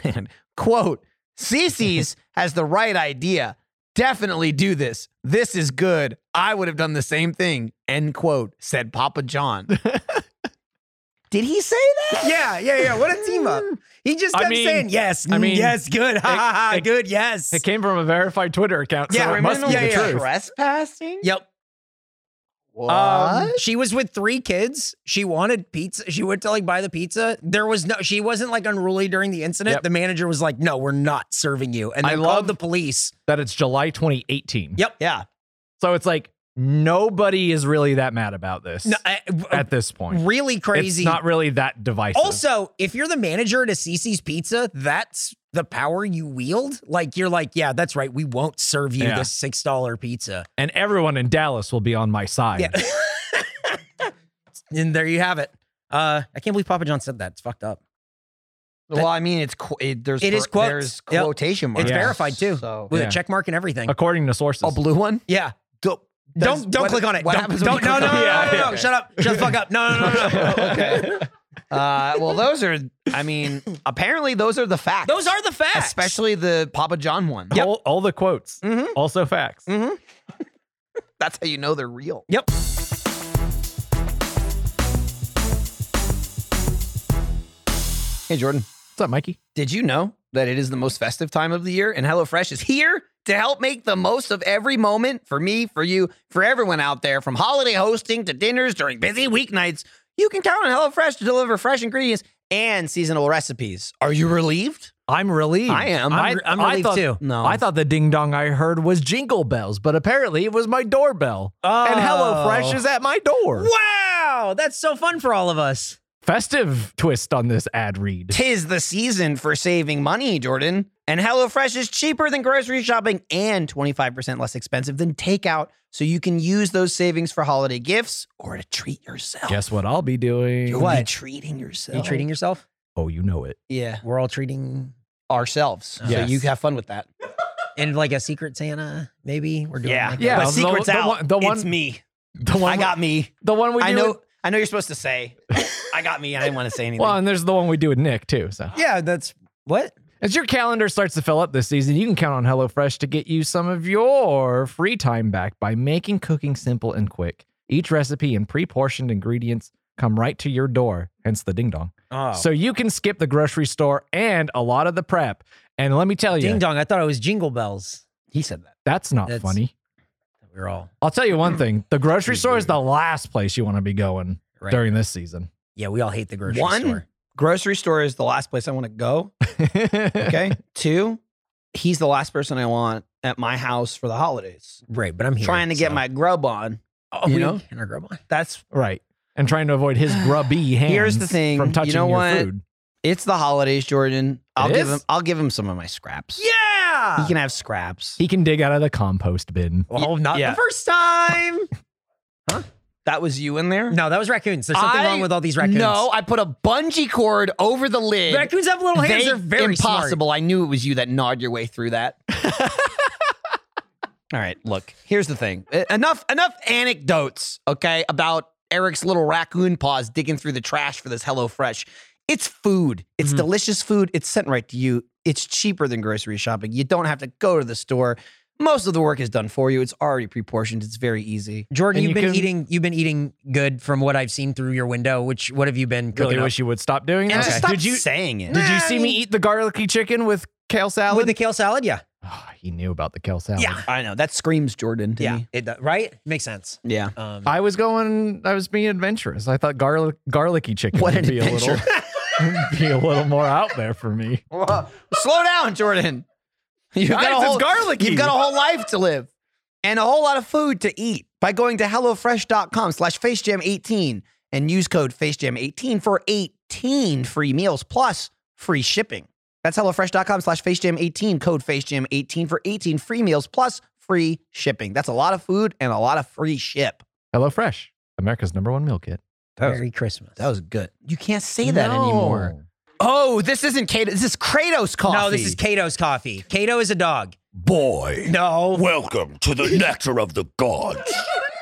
S3: Hang on. Quote Cece's has the right idea. Definitely do this. This is good. I would have done the same thing. End quote, said Papa John. Did he say that?
S2: Yeah, yeah, yeah. What a team up. He just
S4: I
S2: kept
S4: mean-
S2: saying yes,
S4: I
S2: mm,
S4: mean,
S2: yes, good, ha ha ha,
S4: it-
S2: good, yes.
S4: It came from a verified Twitter account, so
S2: Yeah,
S4: it must be
S2: criminal-
S4: the
S2: yeah, yeah.
S4: truth.
S5: Trespassing?
S2: yep. Um,
S5: What?
S2: She was with three kids. She wanted pizza. She went to like buy the pizza. There was no. She wasn't like unruly during the incident.
S4: Yep.
S2: The manager was like, "No, we're not serving you," and
S4: I
S2: then
S4: love-
S2: called the police.
S4: That it's July 2018.
S2: Yep.
S3: Yeah.
S4: So it's like nobody is really that mad about this
S2: No, I-
S4: at this point.
S2: really crazy.
S4: It's not really that divisive.
S2: also, if you're the manager at Assisi's Pizza, that's the power you wield. Like you're like, yeah, that's right. We won't serve you
S4: Yeah.
S2: this six dollar pizza.
S4: and everyone in Dallas will be on my side.
S2: Yeah. and there you have it. Uh, I can't believe Papa John said that. It's fucked up.
S3: Well, I mean, it's qu- it, there's
S2: It is
S3: quotes.
S2: quotes.
S3: there's
S2: Yep.
S3: quotation marks.
S2: It's
S4: Yeah.
S2: verified too,
S3: So
S2: with
S4: Yeah.
S2: a check mark and everything.
S4: According to sources.
S3: a blue one.
S2: Yeah.
S3: Does-
S2: Don't don't
S3: what-
S2: click on it.
S3: What
S2: don't,
S3: happens
S2: don't,
S3: when you
S2: no,
S3: click
S2: no,
S3: on
S2: no,
S3: it?
S2: no, no, no,
S3: Okay.
S2: Shut up. Shut the fuck up. No, no, no, no. no.
S3: okay. Uh, well, those are. I mean, apparently, those are the facts.
S2: Those are the facts.
S3: especially the Papa John one.
S4: all, all the quotes,
S2: Mhm.
S4: also facts.
S3: That's how you know they're real.
S2: Yep.
S3: Hey, Jordan.
S4: What's up, Mikey?
S3: Did you know that it is the most festive time of the year and HelloFresh is here to help make the most of every moment for me, for you, for everyone out there from holiday hosting to dinners during busy weeknights? You can count on HelloFresh to deliver fresh ingredients and seasonal recipes. Are you relieved?
S4: I'm relieved.
S3: I am.
S2: I'm re- I'm relieved
S4: thought,
S2: too.
S3: No.
S4: I thought the ding dong I heard was jingle bells, but apparently it was my doorbell. And HelloFresh is at my
S3: Oh.
S4: door.
S2: Wow, that's so fun for all of us.
S4: Festive twist on this ad read.
S3: Tis the season for saving money, Jordan. And HelloFresh is cheaper than grocery shopping and 25% less expensive than takeout. So you can use those savings for holiday gifts or to treat yourself.
S4: Guess what I'll be doing?
S3: You'll be
S2: What?
S3: treating yourself.
S2: You treating yourself?
S4: Oh, you know it.
S3: Yeah.
S2: We're all treating
S3: Ourselves.
S4: Yes.
S3: So you have fun with that.
S2: and like a secret Santa, maybe we're doing. Like
S4: Yeah.
S2: that.
S3: But
S4: the-
S3: secret's
S4: the
S3: out.
S4: one- the
S3: it's
S4: one-
S3: me.
S4: The one
S3: I got me.
S4: the one we
S3: I
S4: do
S3: know
S4: with-
S3: I know you're supposed to say. I got me. I didn't want to say anything.
S4: well, and there's the one we do with Nick too. So
S2: yeah. That's what.
S4: As your calendar starts to fill up this season, you can count on HelloFresh to get you some of your free time back by making cooking simple and quick. Each recipe and pre portioned ingredients come right to your door, hence the ding dong.
S2: Oh,
S4: So you can skip the grocery store and a lot of the prep. And let me tell you,
S2: ding dong. I thought it was jingle bells.
S3: he said that.
S4: that's not
S2: That's-
S4: funny.
S2: We We're all
S4: I'll tell you one thing the grocery store is the last place you want to be going
S2: right.
S4: during this season.
S2: Yeah, we all hate the grocery
S3: One?
S2: store.
S3: Grocery store is the last place I want to go. Okay. Two, he's the last person I want at my house for the holidays.
S2: Right, but I'm here
S3: Trying to get
S2: so-
S3: my grub on.
S2: Oh,
S3: you
S2: we
S3: know?
S2: can I grab one?
S3: That's
S4: right. And trying to avoid his grubby hands
S3: Here's the thing,
S4: from
S3: you
S4: touching
S3: know
S4: your
S3: what?
S4: food.
S3: it's the holidays, Jordan. I'll give
S4: is?
S3: him I'll give him some of my scraps.
S2: Yeah.
S3: He can have scraps.
S4: He can dig out of the compost bin.
S2: Well, not
S3: Yeah.
S2: the first time.
S3: that was you in there?
S2: No, that was raccoons. There's something
S3: I-
S2: wrong with all these raccoons.
S3: No, I put a bungee cord over the lid.
S2: raccoons have little hands.
S3: They-
S2: They, are very
S3: impossible. I knew it was you that gnawed your way through that. All right, look. Here's the thing. E- Enough, enough anecdotes, okay, about Eric's little raccoon paws digging through the trash for this HelloFresh. It's food. It's
S2: Mhm.
S3: delicious food. It's sent right to you. It's cheaper than grocery shopping. You don't have to go to the store. Most of the work is done for you. It's already pre-portioned. It's very easy.
S2: Jordan,
S4: And
S2: you've
S4: you
S2: been
S4: can-
S2: eating. You've been eating good from what I've seen through your window. Which what have you been cooking?
S4: really
S2: up?
S4: wish you would stop doing
S3: And
S4: that.
S3: just stop
S4: Did you
S3: saying it.
S4: did you
S2: Nah,
S4: see
S2: I
S4: me
S2: mean-
S4: eat the garlicky chicken with kale salad?
S2: with the kale salad. Yeah,
S4: Oh, he knew about the kale salad.
S2: Yeah.
S3: I know. That screams Jordan to
S2: yeah,
S3: me.
S2: it, right. Makes sense.
S3: Yeah.
S2: Um,
S4: I was going. I was being adventurous. I thought garlic garlicky chicken
S3: What
S4: would
S3: an
S4: be a little be a little more out there for me.
S3: Slow down, Jordan. You've
S4: Guys,
S3: got a
S4: it's
S3: whole,
S4: garlicky.
S3: You've got a whole life to live and a whole lot of food to eat by going to HelloFresh.com slash FaceJam18 and use code FaceJam18 for 18 free meals plus free shipping. That's HelloFresh.com slash FaceJam18, code FaceJam18 for 18 free meals plus free shipping. That's a lot of food and a lot of free ship.
S4: Hello Fresh, America's number one meal kit.
S2: Merry Christmas.
S7: That was good.
S3: You can't say that
S4: No.
S3: anymore. Oh, this isn't Kato. This is Kratos coffee.
S2: No, this is Kato's coffee. Kato is a dog.
S8: Boy,
S2: No.
S8: welcome to the nectar of the gods.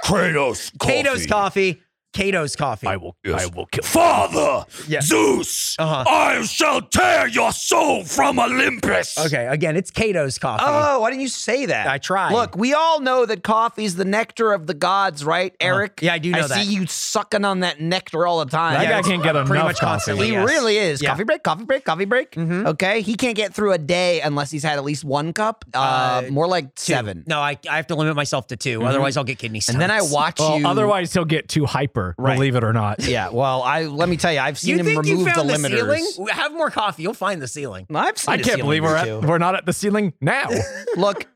S8: Kratos coffee.
S2: Kato's coffee. Kato's coffee.
S8: I will. I will kill. Father
S2: Yeah.
S8: Zeus,
S2: Uh-huh.
S8: I shall tear your soul from Olympus.
S2: okay, again, it's Kato's coffee.
S3: Oh, why didn't you say that?
S2: Uh-huh. I tried.
S3: Look, we all know that coffee's the nectar of the gods, right, Eric?
S2: Uh-huh. Yeah, I do know that.
S3: I see you sucking on that nectar all the time.
S4: That
S2: Yeah,
S4: guy can't get enough
S2: pretty much
S4: coffee.
S2: constantly.
S3: He
S2: Yes.
S3: really is.
S2: Yeah.
S3: Coffee break, coffee break, coffee break.
S2: Mhm.
S3: Okay. He can't get through a day unless he's had at least one cup. Uh,
S2: Uh,
S3: more like
S2: Two.
S3: seven.
S2: No, I, I have to limit myself to
S4: Mm-hmm.
S2: 2 Otherwise, I'll get kidney stones.
S3: And then I watch
S4: Well,
S3: you.
S4: otherwise he'll get too hyper,
S3: Right.
S4: believe it or not.
S3: Yeah. Well, I let me tell you, I've
S2: You
S3: seen him
S2: think
S3: remove
S2: you found
S3: the
S2: the,
S3: limiters.
S2: ceiling? Have more coffee. You'll find the ceiling.
S3: I've seen
S4: I
S3: the
S4: can't
S3: ceiling
S4: believe we're
S3: too.
S4: at, we're not at the ceiling now.
S3: Look,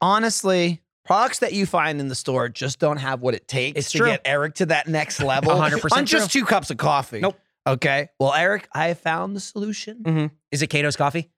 S3: honestly, products that you find in the store just don't have what it takes
S2: It's
S3: to
S2: true.
S3: get Eric to that next level.
S2: 100%
S3: on just two cups of coffee.
S2: Nope. Mm-hmm.
S3: Okay. Well, Eric, I have found the solution.
S2: Is it Kato's coffee?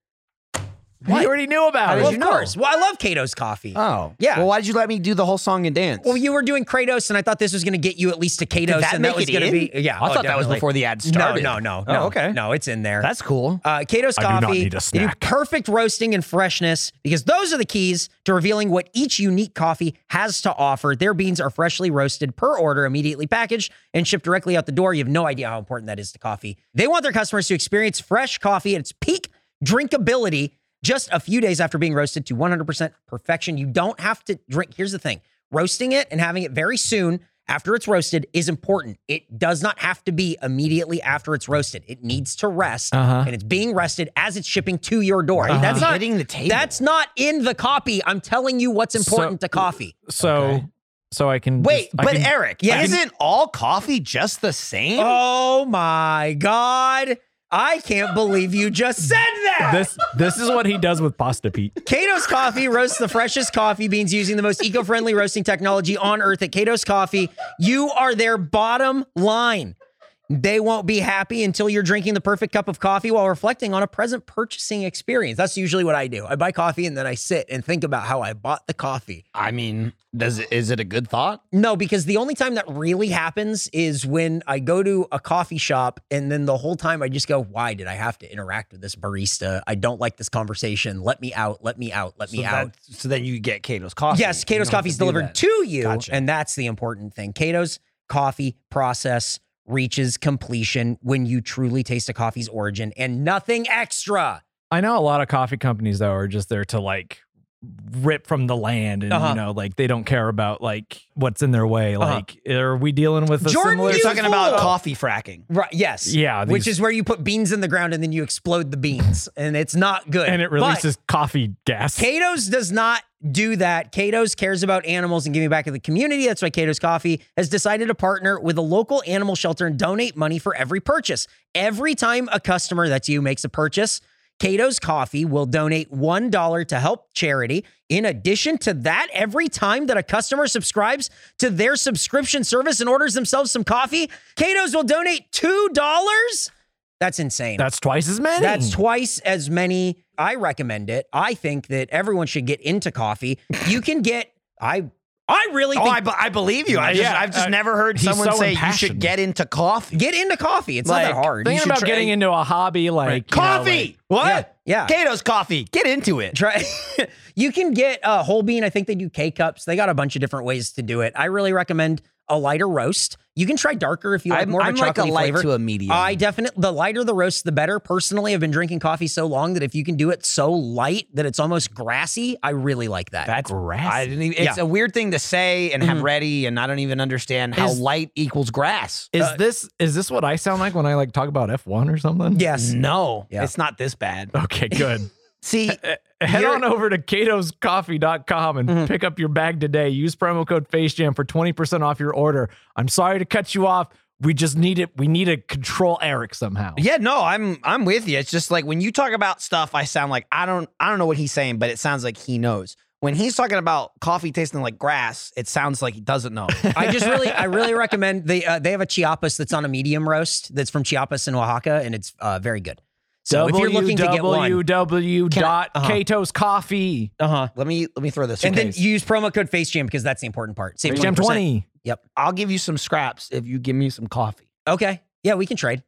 S4: You already knew about
S3: How
S4: it.
S3: did
S2: Well,
S3: you
S2: Oh, of
S3: know?
S2: course. Well, I love Kato's coffee.
S3: Oh,
S2: Yeah.
S3: Well, why did you let me do the whole song and dance?
S2: well, you were doing Kratos, and I thought this was going to get you at least to Kato's,
S3: that
S2: and
S3: make
S2: that was
S3: it
S2: going to
S3: in?
S2: be yeah.
S3: I
S2: oh,
S3: thought that was
S2: definitely.
S3: before the ad started.
S2: No, no, no,
S3: Oh,
S2: no.
S3: okay.
S2: no, it's in there.
S3: That's cool.
S2: Uh, Kato's
S4: I do not
S2: coffee.
S4: need a
S2: They do
S4: snack.
S2: perfect roasting and freshness because those are the keys to revealing what each unique coffee has to offer. Their beans are freshly roasted per order, immediately packaged, and shipped directly out the door. You have no idea how important that is to coffee. They want their customers to experience fresh coffee at its peak drinkability just a few days after being roasted to 100% perfection. You don't have to drink. Here's the thing roasting it and having it very soon after it's roasted is important. It does not have to be immediately after it's roasted. It needs to rest, and it's being rested as it's shipping to your door. That's not
S3: hitting the table.
S2: That's not in the copy. I'm telling you what's important to coffee.
S4: So so I can
S3: Wait,
S4: just- I
S3: but
S4: can-
S3: Eric,
S2: Yeah.
S3: isn't all coffee just the same?
S2: Oh my god! I can't believe you just said that.
S4: this this is what he does with pasta Pete.
S2: Kato's Coffee roasts the freshest coffee beans using the most eco-friendly roasting technology on earth at Kato's Coffee. You are their bottom line. They won't be happy until you're drinking the perfect cup of coffee while reflecting on a present purchasing experience. That's usually what I do. I buy coffee and then I sit and think about how I bought the coffee.
S3: I mean, does it, is it a good thought?
S2: No, because the only time that really happens is when I go to a coffee shop and then the whole time I just go, why did I have to interact with this barista? I don't like this conversation. Let me out. Let me out. Let me
S3: so
S2: out.
S3: that- so then you get Kato's coffee.
S2: Yes,
S3: You don't
S2: Cato's
S3: have
S2: coffee
S3: to
S2: is
S3: do
S2: delivered
S3: that.
S2: to you,
S3: Gotcha.
S2: and that's the important thing. Cato's coffee process reaches completion when you truly taste a coffee's origin and nothing extra.
S4: I know a lot of coffee companies though are just there to like rip from the land and
S2: Uh-huh.
S4: you know like they don't care about like what's in their way
S2: Uh-huh.
S4: like are we dealing with a
S2: Jordan,
S4: similar
S2: you-
S3: You're talking about
S2: fool.
S3: coffee fracking.
S2: Right? Yes.
S4: Yeah,
S2: which
S4: these-
S2: is where you put beans in the ground and then you explode the beans, and it's not good.
S4: and it
S2: But-
S4: releases coffee gas
S2: Cato's does not do that. Cato's cares about animals and giving back to the community. That's why Cato's Coffee has decided to partner with a local animal shelter and donate money for every purchase. Every time a customer, that's you, makes a purchase, Cato's Coffee will donate $1 to help charity. In addition to that, every time that a customer subscribes to their subscription service and orders themselves some coffee, Cato's will donate $2? That's insane.
S4: that's twice as many
S2: That's twice as many. I recommend it. I think that everyone should get into coffee. You can get I I really
S3: Oh,
S2: think
S3: I, be- I believe you. I
S4: Yeah,
S3: just, I've just
S4: uh,
S3: never heard
S4: he's
S3: someone
S4: so
S3: say you should
S4: impassioned.
S3: get into coffee.
S2: get into coffee. It's not
S3: Like,
S2: that hard.
S4: thinking
S3: should
S4: about
S3: try-
S4: getting into a hobby like you know, like-
S3: coffee. what?
S2: Yeah.
S3: Cato's coffee. Get into it.
S2: Try you can get uh, whole bean. I think they do K cups. They got a bunch of different ways to do it. I really recommend a lighter roast. You can try darker if you like
S3: I'm,
S2: more
S3: I'm
S2: of a
S3: like a
S2: chocolatey
S3: light
S2: flavor.
S3: to a medium.
S2: I definitely the lighter the roast, the better. Personally, I've been drinking coffee so long that if you can do it so light that it's almost grassy, I really like that.
S3: that's
S4: grass.
S3: I didn't even, it's
S2: Yeah.
S3: a weird thing to say and have ready, and I don't even understand how
S4: Is-
S3: light equals grass.
S4: is this is this what I sound like when I like talk about F one or something?
S2: yes.
S3: No,
S2: Yeah.
S3: it's not this bad. Uh,
S4: Okay, good.
S3: See,
S4: Head
S3: You're-
S4: on over to katoscoffee.com
S2: Mm-hmm.
S4: and pick up your bag today. Use promo code FaceJam for 20% off your order. I'm sorry to cut you off. We just need it. We need to control Eric somehow.
S3: Yeah, no, I'm I'm with you. It's just like when you talk about stuff, I sound like I don't I don't know what he's saying, but it sounds like he knows. When he's talking about coffee tasting like grass, it sounds like he doesn't know.
S2: I just really, I really recommend they uh, they have a Chiapas that's on a medium roast that's from Chiapas in Oaxaca, and it's uh, very good. So if you're looking to get one, uh-huh.
S4: www.katoscoffee.
S2: uh huh,
S3: let me let me throw this.
S2: and
S3: in.
S2: then use promo code FaceJam because that's the important part. Save
S4: Jam
S2: 20%.
S4: 20.
S3: I'll give you some scraps if you give me some coffee.
S2: Okay, yeah, we can trade.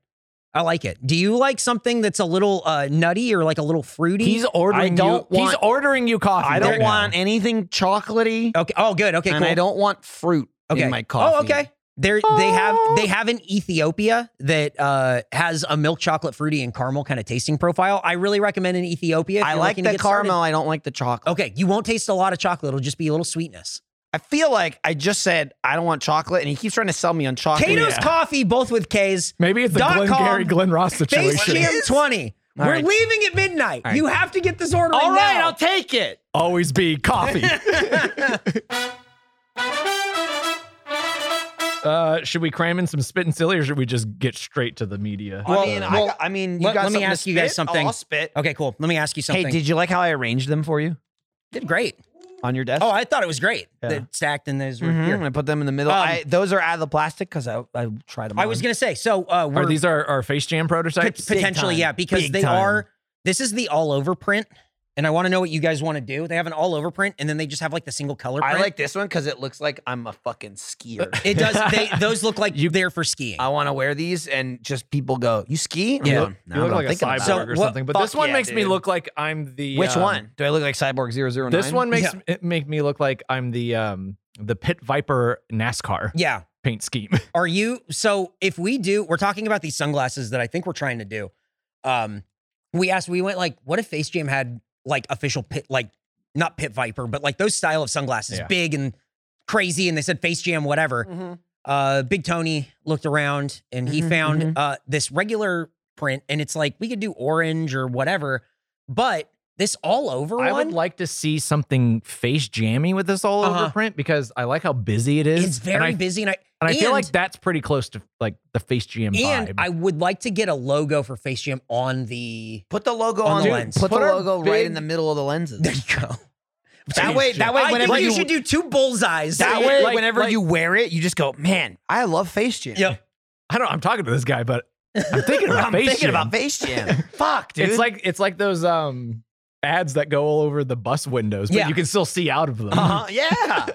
S2: I like it. Do you like something that's a little uh, nutty or like a little fruity?
S4: He's ordering
S3: I don't
S4: you. he's
S3: want-
S4: ordering you coffee.
S3: I don't
S4: right
S3: want
S4: now.
S3: anything chocolatey,
S2: okay. Oh, good. Okay,
S3: and
S2: cool.
S3: I don't want fruit
S2: okay.
S3: in my coffee. Oh.
S2: Oh, okay. They're, They have they have in Ethiopia that uh, has a milk chocolate fruity and caramel kind of tasting profile. I really recommend in Ethiopia. if
S3: I
S2: you're
S3: like
S2: looking to
S3: the
S2: get started.
S3: caramel. I don't like the chocolate.
S2: Okay, you won't taste a lot of chocolate. It'll just be a little sweetness.
S3: I feel like I just said I don't want chocolate, and he keeps trying to sell me on chocolate.
S2: Kato's
S4: yeah.
S2: Coffee, both with K's.
S4: Maybe it's a
S2: Dot
S4: Glenn
S2: com.
S4: Gary, Glenn Ross
S2: Face
S4: situation.
S2: Jam 20.
S3: All
S2: We're
S3: right.
S2: leaving at midnight.
S3: All right.
S2: You have to get this order
S3: All
S2: in
S3: right,
S2: now.
S3: I'll take it.
S4: Always be coffee. uh, should we cram in some spit and silly, or should we just get straight to the media?
S3: I mean, I, got- I mean, you
S2: let-
S3: got
S2: let me
S3: something to
S2: ask you guys
S3: spit?
S2: something.
S3: I'll spit.
S2: okay, cool. Let me ask you something.
S3: Hey, did you like how I arranged them for you
S2: did great.
S3: on your desk?
S2: Oh, I thought it was great.
S3: Yeah.
S2: That stacked and those were
S3: Mhm,
S2: here.
S3: I put them in the middle.
S2: Um,
S3: I, those are out of the plastic because I, I tried them.
S2: I was
S3: on.
S2: gonna say, so uh we're
S4: Are these our, our face jam
S2: pot-
S4: prototypes?
S2: potentially,
S3: time.
S2: yeah, because
S3: Big
S2: they
S3: time.
S2: are this is the all over print. And I want to know what you guys want to do. They have an all over print, and then they just have like the single color print.
S3: I like this one because it looks like I'm a fucking skier.
S2: it. Does they, those look like
S4: You-
S2: they're for skiing?
S3: I want to wear these and just people go, "You ski?" I'm
S2: Yeah.
S3: going, "No,
S4: You look
S3: I'm
S4: like a
S3: thinking about
S4: cyborg
S3: it."
S2: So
S4: or
S2: what-
S4: something, but
S3: fuck
S4: this one
S3: yeah,
S4: makes me
S3: dude.
S4: look like I'm the
S3: Which
S4: um,
S3: one? Do I look like Cyborg 009?
S4: This one makes
S2: Yeah.
S4: it make me look like I'm the um the Pit Viper NASCAR
S2: yeah.
S4: paint scheme.
S2: Are you so if we do we're talking about these sunglasses that I think we're trying to do. Um we asked we went like what if Face Jam had like official pit like not pit viper but like those style of sunglasses
S4: Yeah.
S2: big and crazy and they said Face Jam whatever.
S3: Mhm.
S2: Uh Big Tony looked around and he
S3: Mhm,
S2: found
S3: mhm.
S2: uh this regular print and it's like we could do orange or whatever but this all over
S4: I
S2: one
S4: would like to see something face jammy with this all
S2: Uh-huh.
S4: over print because I like how busy it is.
S2: it's very
S4: and I,
S2: busy and I
S4: and I feel like
S2: and-
S4: that's pretty close to like the face GM
S2: and
S4: vibe.
S2: I would like to get a logo for Face Jam on the
S3: Put the logo
S2: On
S3: on,
S2: the
S3: the
S2: lens.
S3: Put,
S4: Put
S3: the
S4: our
S3: logo right in
S4: big-
S3: the middle of the
S2: There
S3: lenses.
S2: you go.
S3: That way, that way,
S2: I
S3: whenever
S2: think you,
S3: you,
S2: should do two bullseyes.
S3: that
S4: Yeah,
S3: way,
S4: like-
S3: whenever
S4: like-
S3: you wear it, you just go, "Man, I love face jam."
S2: Yep.
S4: I don't. I'm talking to this guy, but I'm thinking about
S3: I'm
S4: face
S3: thinking
S4: jam.
S3: about face jam. Fuck, dude.
S4: It's like it's like those um ads that go all over the bus windows, but
S2: Yeah.
S4: you can still see out of them.
S3: uh-huh, yeah.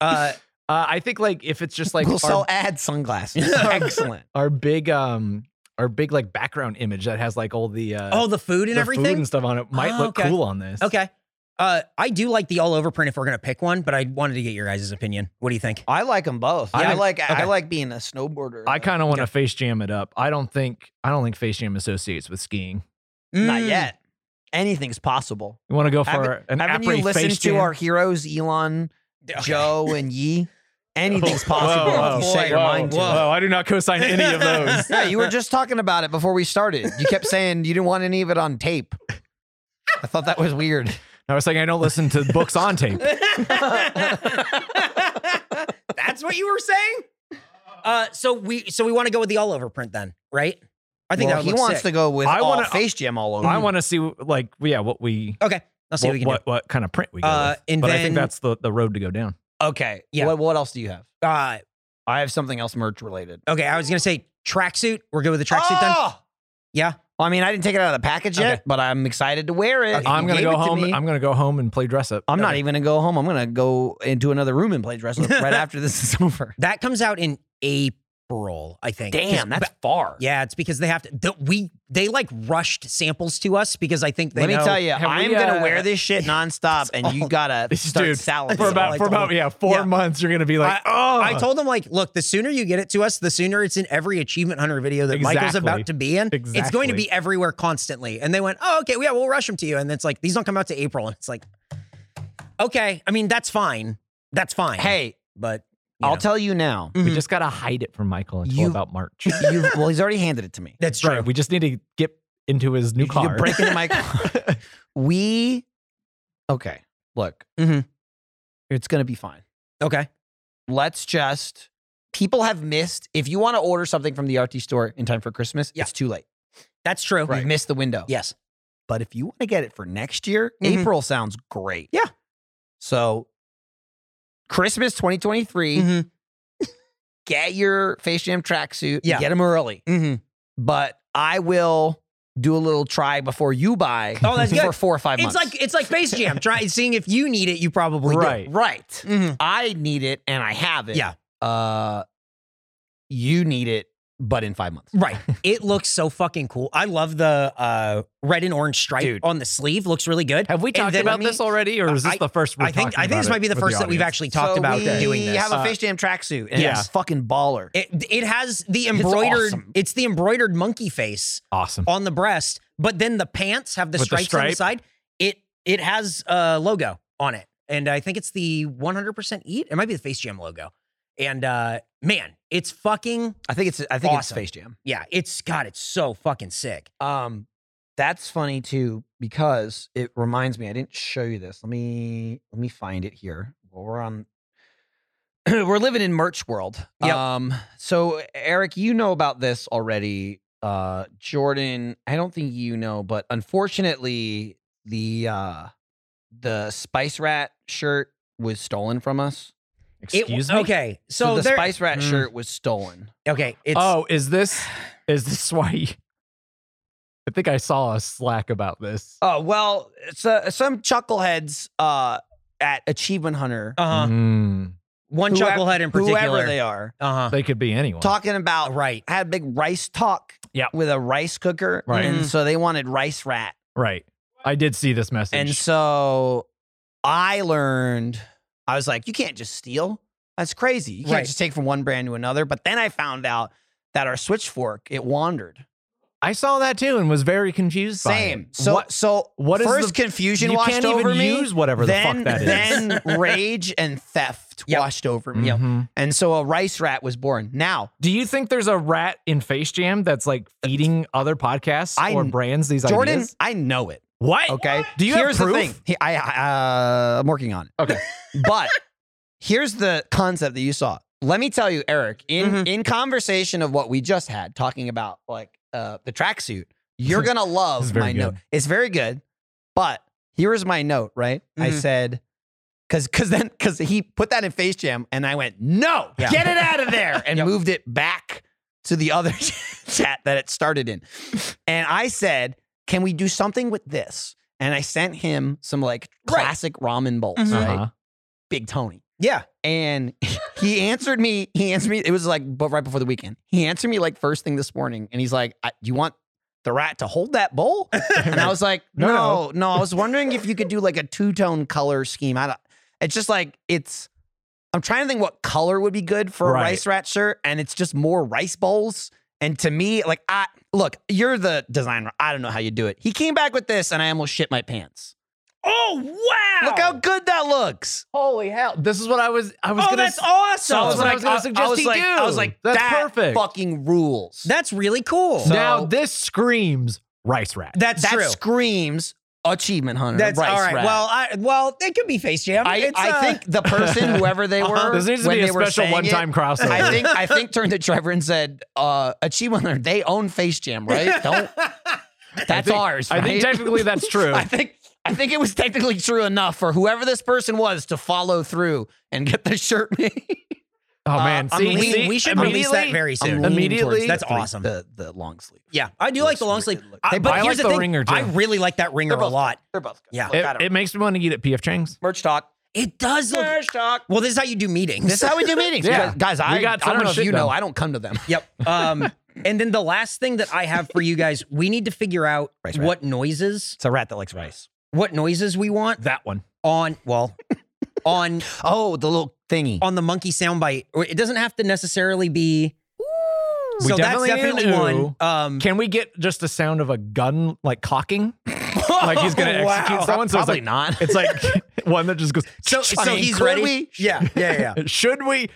S2: Uh,
S4: Uh, I think like if it's just like
S3: we'll
S4: our,
S3: sell ad sunglasses. Excellent.
S4: our big um our big like background image that has like all the uh
S3: Oh,
S2: all oh, the food and
S4: the
S2: everything.
S4: food and stuff on it
S3: Ah,
S4: might
S2: Oh,
S4: look
S2: okay.
S4: cool on this.
S2: okay. Uh, I do like the all over print if we're gonna pick one, but I wanted to get your guys' opinion. What do you think?
S3: I like them both.
S2: Yeah.
S3: I like
S2: Okay.
S3: I like being a snowboarder.
S4: I kind of want to face jam it up. I don't think I don't think face jam associates with skiing.
S3: not
S2: Mm,
S3: yet. Anything's possible.
S4: You want to go for
S3: Haven't-
S4: an
S3: Haven't
S4: après
S3: you listened
S4: face
S3: to
S4: jam?
S3: our heroes, Elon,
S2: okay.
S3: Joe, and Yi? Anything's possible
S4: Whoa,
S3: if you
S2: whoa,
S3: set your
S2: whoa,
S3: mind to
S2: whoa.
S3: it.
S4: I do not co-sign any of those.
S3: Yeah, you were just talking about it before we started. You kept saying you didn't want any of it on tape. I thought that was weird.
S4: I was saying I don't listen to books on tape.
S2: That's what you were saying. Uh, so we so we want to go with the all over print then, right? I think
S3: Well,
S2: that would
S3: he
S2: look
S3: wants
S2: sick.
S3: to go with
S4: I
S3: all
S4: wanna-
S3: face jam all over.
S4: I want to see like yeah what we
S2: Okay, let's see what,
S4: what,
S2: we can
S4: what, what kind of print we go
S2: Uh,
S4: with.
S2: and
S4: but I
S2: then-
S4: think that's the, the road to go down.
S3: okay.
S2: Yeah.
S3: What, what else do you have?
S2: do. Uh,
S3: I have something else merch related.
S2: okay, I was gonna say tracksuit. We're good with the tracksuit then.
S4: Ah!
S3: Oh!
S2: Yeah.
S3: Well, I mean, I didn't take it out of the package yet,
S2: Okay.
S3: but I'm excited to wear it.
S4: I'm
S3: You
S4: gonna
S3: gave it
S4: go
S3: to
S4: home.
S3: me.
S4: I'm gonna go home and play dress up.
S3: I'm not even gonna go home. I'm gonna go into another room and play dress up right after this is over.
S2: That comes out in April, I think. 'Cause
S3: Damn, that's far.
S2: Yeah, it's because they have to. The, we they like rushed samples to us because I think they.
S3: Let me
S2: know-
S3: tell you,
S4: Have
S3: I'm
S4: we,
S3: gonna
S4: uh,
S3: wear this shit nonstop, and you gotta
S4: This
S3: start
S4: dude,
S3: salivating.
S4: for
S2: all I
S4: about for
S2: told
S4: about
S2: him.
S4: yeah four
S2: Yeah.
S4: months. You're gonna be like oh
S2: I told them like, look, the sooner you get it to us, the sooner it's in every achievement hunter video that Michael's
S4: Exactly.
S2: about to be in. It's going to
S4: Exactly.
S2: be everywhere constantly, and they went, oh, okay, yeah, we'll rush them to you, and it's like these don't come out to April, and it's like, okay, I mean that's fine, that's fine.
S3: Hey,
S2: but you
S3: I'll
S2: know.
S3: tell you now.
S4: We just gotta hide it from Michael until
S3: You-
S4: about March.
S3: You've, well, he's already handed it to me.
S2: that's true.
S4: right. We just need to get into his new
S3: You
S4: car.
S3: can break into my car. we okay. Look,
S4: Mm-hmm.
S2: Mhm.
S3: it's gonna be fine.
S2: okay,
S3: Let's just people have missed. If you want to order something from the RT store in time for Christmas,
S2: Yeah.
S3: it's too late.
S2: That's true. Mm-hmm.
S3: You've missed the window.
S2: Yes.
S3: But if you want to get it for next year,
S2: Mhm.
S3: April sounds great.
S2: Yeah.
S3: So Christmas 2023,
S2: Mm-hmm.
S3: get your Face Jam tracksuit.
S2: Yeah.
S3: Get them early.
S2: Mm-hmm.
S3: But I will do a little try before you buy
S2: Oh, that's
S3: for
S2: good.
S3: four or five
S2: It's
S3: months.
S2: like it's like Space Jam. Try seeing if you need it. You probably do.
S4: right.
S3: right.
S2: Mhm.
S3: I need it and I have it.
S2: Yeah.
S3: Uh you need it, but in five months.
S2: Right. It looks so fucking cool. I love the uh, red and orange stripe
S3: Dude.
S2: on the sleeve. Looks really good.
S4: Have we
S2: And
S4: talked
S2: then
S4: about
S2: me-
S4: this already, or is this
S2: I-
S4: the first?
S2: I
S4: We're
S2: think
S4: talking
S2: I think
S4: about
S2: this
S4: it
S2: might be the
S4: with
S2: first that we've
S4: audience?
S2: actually talked
S3: So
S2: about
S3: we
S2: doing this. Uh,
S3: have a
S4: Uh,
S3: Face Jam tracksuit and
S4: yeah.
S3: it's fucking baller.
S2: It, it has the embroidered. It's,
S3: awesome.
S2: the embroidered monkey face
S4: Awesome.
S2: on the breast, but then the pants have the
S4: With the
S2: stripes on the
S4: stripe.
S2: side. It it has a logo on it, and I think it's the 100% eat. It might be the Face Jam logo. And uh, man, it's fucking
S3: I think it's I think
S2: Awesome.
S3: it's Face Jam.
S2: yeah. It's God. It's so fucking sick.
S3: Um, that's funny too because it reminds me. I didn't show you this. Let me let me find it here. Well, we're on. we're living in merch world.
S2: Yep.
S3: Um. So Eric, you know about this already. Uh, Jordan, I don't think you know, but unfortunately, the uh, the Spice Rat shirt was stolen from us.
S2: It-
S4: Excuse me.
S2: Okay,
S3: So,
S2: so,
S3: the
S2: there,
S3: Spice Rat
S4: Mm.
S3: shirt was stolen.
S2: okay. It's
S4: oh, is this is this why? You, I think I saw a Slack about this.
S3: Oh well, it's, uh, some chuckleheads uh at Achievement Hunter.
S2: uh-huh.
S4: Mm.
S2: one
S3: Whoever-
S2: chucklehead in particular.
S3: whoever they are,
S2: uh huh.
S4: They could be anyone.
S3: talking about
S2: Right.
S3: had a big rice talk
S4: Yeah.
S3: with a rice cooker.
S4: Right.
S3: And
S2: Mhm.
S3: so they wanted rice rat.
S4: Right. I did see this message.
S3: And so I learned, I was like, you can't just steal. That's crazy. You can't
S2: Right.
S3: just take from one brand to another. But then I found out that our switch fork, it wandered.
S4: I saw that too and was very confused. by it.
S3: Same. So
S4: What-
S3: so
S4: what is
S3: first
S4: the-
S3: confusion
S4: you
S3: washed
S4: can't
S3: over
S4: even
S3: me.
S4: use whatever
S3: then,
S4: the fuck that is.
S3: then rage and theft
S2: Yep.
S3: washed over me.
S4: Mhm.
S3: And so a rice rat was born. Now,
S4: Do you think there's a rat in Face Jam that's like feeding other podcasts
S3: I-
S4: or brands these
S3: Jordan,
S4: ideas?
S3: I know it.
S4: What?
S3: Okay.
S4: Do you have
S3: here's
S4: proof?
S3: the thing? He- I, I uh, I'm working on it.
S4: Okay.
S3: But here's the concept that you saw. Let me tell you, Eric. In
S4: Mm-hmm.
S2: Mhm.
S3: in conversation of what we just had, talking about like uh, the tracksuit, you're gonna
S4: This is
S3: love
S4: very
S3: my note.
S4: good.
S3: It's very good. But here is my note. Right?
S4: Mm-hmm.
S3: I
S2: Mhm.
S3: said. Cause, cause then, cause he put that in Face Jam, and I went, "No,
S2: Yeah.
S3: get it out of there," and
S2: Yep.
S3: moved it back to the other chat that it started in. And I said, "Can we do something with this?" And I sent him some like
S2: Right.
S3: classic ramen bowls,
S2: Mhm.
S3: right?
S4: Uh-huh.
S3: Big Tony.
S2: Yeah.
S3: And he answered me. He answered me. It was like, but right before the weekend, he answered me like first thing this morning, and he's like, I, "Do you want the rat to hold that bowl?" And I was like,
S4: No,
S3: "No, no, I was wondering if you could do like a two tone color scheme. I don't. It's just like it's. I'm trying to think what color would be good for
S4: Right.
S3: a rice rat shirt, and it's just more rice bowls. And to me, like I look, you're the designer. I don't know how you do it. He came back with this, and I almost shit my pants.
S2: Oh wow!
S3: Look how good that looks.
S4: Holy hell. This is what I was I was
S2: Oh,
S4: gonna
S2: that's
S4: s-
S2: awesome.
S4: So I was like, gonna suggest
S3: was
S4: he
S3: like, I
S4: do.
S3: was like,
S4: That's
S3: that
S4: perfect.
S3: Fucking rules.
S2: that's really cool.
S3: So-
S4: now this screams rice rat.
S2: that's
S3: that
S2: true.
S3: screams achievement hunter.
S2: That's
S3: rice
S2: all right.
S3: rat.
S2: Well, I well, it could be Face Jam.
S3: I,
S2: It's,
S3: I
S2: uh,
S3: think the person, whoever they were,
S4: this needs to
S3: when
S4: be a
S3: they were
S4: special
S3: saying
S4: one time
S3: it,
S4: crossover.
S3: I think I think turned to Trevor and said, uh, "Achievement Hunter, they own Face Jam, right? Don't that's
S4: I think-
S3: ours.
S4: I think
S3: right?
S4: technically that's true. Oh,
S3: I think I think it was technically true enough for whoever this person was to follow through and get the shirt made.
S4: oh man,
S3: uh, I
S4: see,
S3: mean,
S2: we,
S4: see,
S2: we should release that
S4: immediately-
S2: very
S3: I'm
S2: soon.
S3: leaning
S4: Immediately-
S3: towards the
S2: That's
S3: three-
S2: awesome.
S3: The, the long sleeve.
S2: Yeah, I do like the long
S3: Looks
S2: sleeve.
S3: really-
S2: I,
S3: They-
S2: but
S4: I
S2: here's
S4: like
S2: the,
S4: the
S2: thing.
S4: ringer, too.
S2: I really like that ringer
S3: They're
S2: a
S3: both-
S2: lot.
S3: They're both. Good.
S2: Yeah.
S3: Look, got
S4: it,
S3: it.
S4: it makes me want to eat at PF Chang's.
S3: merch talk.
S2: It does look.
S3: Merch talk.
S2: Well, this is how you do meetings.
S3: This is how we do meetings.
S4: Yeah.
S3: Because, Guys,
S4: We
S3: I,
S4: got
S3: I don't
S4: our
S3: know if
S4: shit
S3: you know,
S4: done.
S3: I don't come to them.
S2: Yep. Um, and then the last thing that I have for you guys, we need to figure out
S3: Rice rat.
S2: what noises,
S3: It's a rat that likes rice.
S2: what noises we want
S4: That one.
S2: on. Well, on
S3: Oh, the little thingy.
S2: on the monkey soundbite. Or It doesn't have to necessarily be.
S4: We
S2: so
S4: definitely
S2: that's
S4: need
S2: definitely
S4: an
S2: one.
S4: ooh.
S2: Um,
S4: Can we get just the sound of a gun like cocking? like he's gonna
S2: Wow.
S4: execute someone. So it's
S3: Probably
S4: like
S3: not.
S4: it's like one that just goes.
S2: so so
S3: I mean,
S2: he's
S3: could
S2: ready.
S3: we?
S2: Yeah, yeah, yeah.
S4: Should we?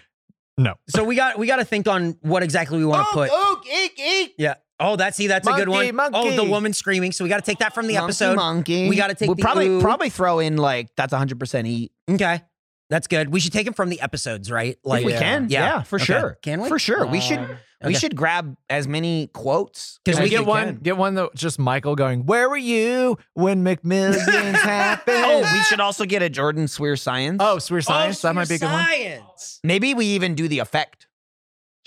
S4: No.
S2: So we got we got to think on what exactly we want to put.
S3: eek, eek.
S2: Yeah. Oh, that see, that's a good
S4: Monkey,
S2: one. Oh,
S4: monkey.
S2: the woman screaming. So we got to take that from the
S3: Monkey,
S2: episode.
S3: monkey.
S2: We gotta take
S3: We'll
S2: the
S3: probably
S2: ooh.
S3: probably throw in like that's 100 percent eat.
S2: Okay. That's good. We should take him from the episodes, right? Like
S3: we can, yeah, for
S2: Okay.
S3: sure.
S2: Can we?
S3: For sure, we should we
S2: okay.
S3: should grab as many quotes
S2: Because
S3: as
S4: we
S2: we
S4: get
S3: can.
S4: one, get one that just Michael going, "Where were you when McMillions happened?"
S3: Oh, we should also get a Jordan Swear science.
S4: oh, Swear Science. that might be a good one.
S2: Science.
S3: maybe we even do the effect,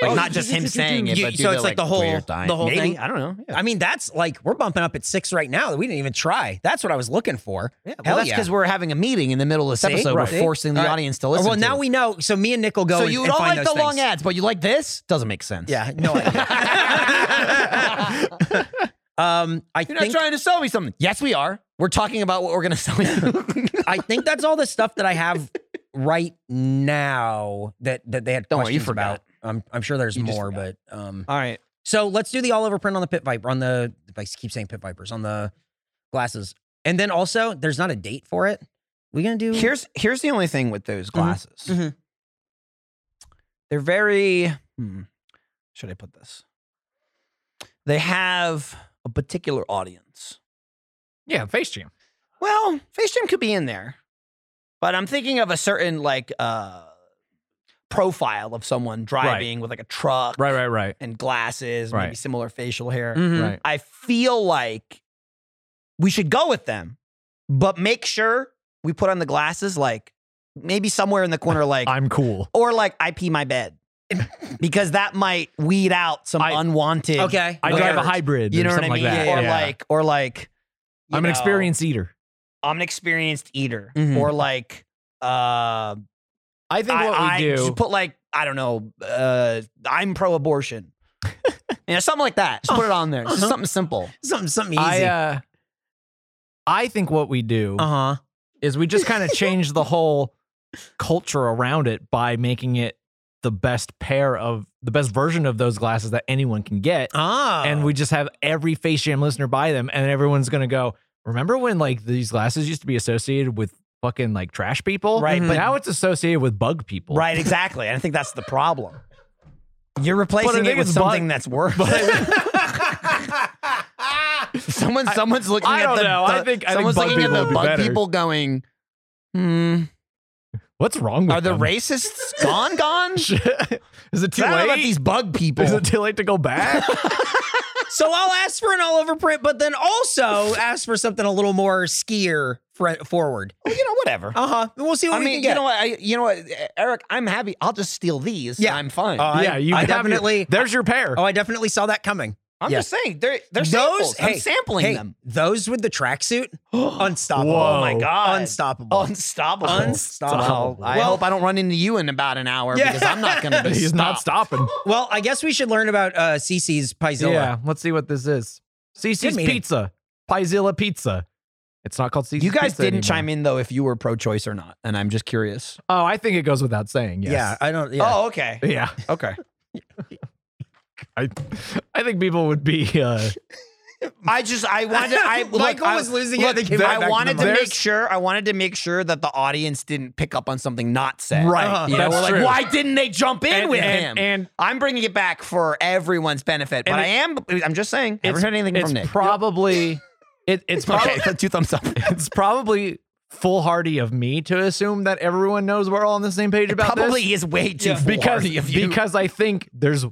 S3: like
S2: Oh,
S3: not just him saying it,
S2: you-
S3: but do
S2: so it's like the whole-
S3: Swear science.
S2: the whole
S3: maybe,
S2: thing?
S3: I don't know. Yeah.
S2: I mean, that's like we're bumping up at six right now that we didn't even try. That's what I was looking for.
S3: Yeah, well,
S2: Hell
S3: that's
S2: yeah.
S3: because we're having a meeting in the middle of this
S2: See?
S3: episode.
S2: Right. See?
S3: We're forcing the
S2: All right.
S3: audience to listen.
S2: well,
S3: to
S2: now
S3: it.
S2: we know. So me and Nick will go.
S3: So
S2: and,
S3: you
S2: and
S3: don't
S2: find
S3: like the
S2: those
S3: long
S2: things.
S3: ads, but you like this? Doesn't make sense.
S2: Yeah, no idea. um, I
S3: You're not
S2: think
S3: trying to sell me something. Yes, we are. We're talking about what we're going to sell you.
S2: I think that's all the stuff that I have right now that that they had
S3: Don't worry, you
S2: questions about. I'm I'm sure there's
S3: You just
S2: more, but um,
S3: All right.
S2: so let's do the all over print on the pit viper on the I keep saying pit vipers on the glasses, and then also there's not a date for it. We gonna do
S3: Here's here's the only thing with those glasses.
S2: Mhm.
S3: They're very. Hmm, should I put this? They have a particular audience.
S4: Yeah, Face Jam.
S3: Well, FaceTime could be in there, but I'm thinking of a certain like uh profile of someone driving with like a truck,
S4: Right, right, right,
S3: and glasses, maybe
S4: Right. Mm.
S3: similar facial hair.
S2: Mhm.
S4: right.
S3: I feel like we should go with them, but make sure we put on the glasses, like maybe somewhere in the corner, like
S4: I'm cool.
S3: or like I pee my bed, because that might weed out some
S4: I-
S3: unwanted.
S2: Okay,
S4: I
S3: Okay.
S4: drive a hybrid.
S3: you
S4: or
S3: know what I
S4: something
S3: mean?
S4: Like that.
S3: Or
S4: Yeah.
S3: like, or like, you
S4: I'm an
S3: know,
S4: experienced eater.
S3: I'm an experienced eater,
S2: Mhm.
S3: or like, uh,
S4: Mm-hmm. I think what
S3: I,
S4: we
S3: I
S4: do.
S3: should put like I don't know. Uh, I'm pro-abortion. you know, something like that. Just put it on there. Just
S2: Uh-huh.
S3: something simple.
S2: something something easy.
S4: I uh, I think what we do
S3: Uh-huh.
S2: uh huh.
S4: is we just kind of change the whole culture around it by making it the best pair of the best version of those glasses that anyone can get.
S2: Ah,
S3: Uh-huh.
S4: and we just have every Face Jam listener buy them, and everyone's gonna go. Remember when like these glasses used to be associated with fucking like trash people,
S3: Right,
S4: But
S3: but-
S4: now it's associated with bug people,
S3: Right, exactly. And I think that's the problem. You're replacing
S4: think
S3: it with
S4: it's bu-
S3: something that's worse. Someone, someone's looking
S4: I
S3: at
S4: don't
S3: the,
S4: know. I
S3: the-
S4: think- I think
S3: someone's
S4: bug
S3: looking at
S4: people
S3: the
S4: would be
S3: bug
S4: better.
S3: people going, hmm,
S4: What's wrong with
S3: are the
S4: them?
S3: racists gone, gone?
S4: Is it too
S3: I don't know about
S4: late?
S3: these bug people.
S4: Is it too late to go back?
S2: so I'll ask for an all over print, but then also ask for something a little more skier fr- forward.
S3: Well, you know, whatever.
S2: Uh huh. We'll see what
S3: I
S2: we
S3: mean,
S2: can get.
S3: you know what? I, you know what, Eric? I'm happy. I'll just steal these.
S2: Yeah.
S3: I'm fine.
S2: Oh, I-
S4: yeah, Uh, you
S2: I
S4: have your-
S2: definitely-
S4: there's your pair.
S2: oh, I definitely saw that coming.
S3: I'm
S2: yeah.
S3: just saying they're they're samples. I'm sampling
S2: hey,
S3: them.
S2: Those with the tracksuit, unstoppable.
S4: Whoa. Oh my
S3: God.
S2: unstoppable.
S3: Unstoppable.
S2: Unstoppable.
S3: Well, I
S2: Well-
S3: hope I don't run into you in about an hour
S2: Yeah.
S3: because I'm not going to be.
S4: He's not stopping.
S2: well, I guess we should learn about uh, Cece's Paisilla.
S4: Yeah, let's see what this is.
S2: Good
S4: CC's
S2: meeting.
S4: Pizza, Paisilla Pizza. It's not called CC's.
S3: You guys didn't chime in though if you were pro-choice or not, and I'm just curious.
S4: Oh, I think it goes without saying.
S2: Yeah,
S4: Yes.
S2: I don't. Yeah.
S3: Oh, okay.
S4: yeah.
S3: Okay.
S4: I, I think people would be. Uh,
S3: I just I wanted to, I look,
S2: Michael
S3: I,
S2: was losing it,
S3: look,
S2: they came
S4: right
S3: I
S4: back to
S3: wanted
S4: the
S3: to
S4: mic.
S3: make sure I wanted to make sure that the audience didn't pick up on something not said.
S4: Right.
S3: You know,
S4: That's
S3: we're like,
S4: true.
S3: why didn't they jump in
S4: And-
S3: with him?
S4: and- and-
S3: I'm bringing it back for everyone's benefit, but
S4: And
S3: I am I'm just saying. I haven't heard anything
S4: it's
S3: from Nick.
S4: probably. It, it's probably.
S3: okay, two thumbs up.
S4: It's probably foolhardy of me to assume that everyone knows we're all on the same page about
S3: probably
S4: this.
S3: is way too
S2: Yeah.
S4: because
S3: foolhardy of you.
S4: because I think there's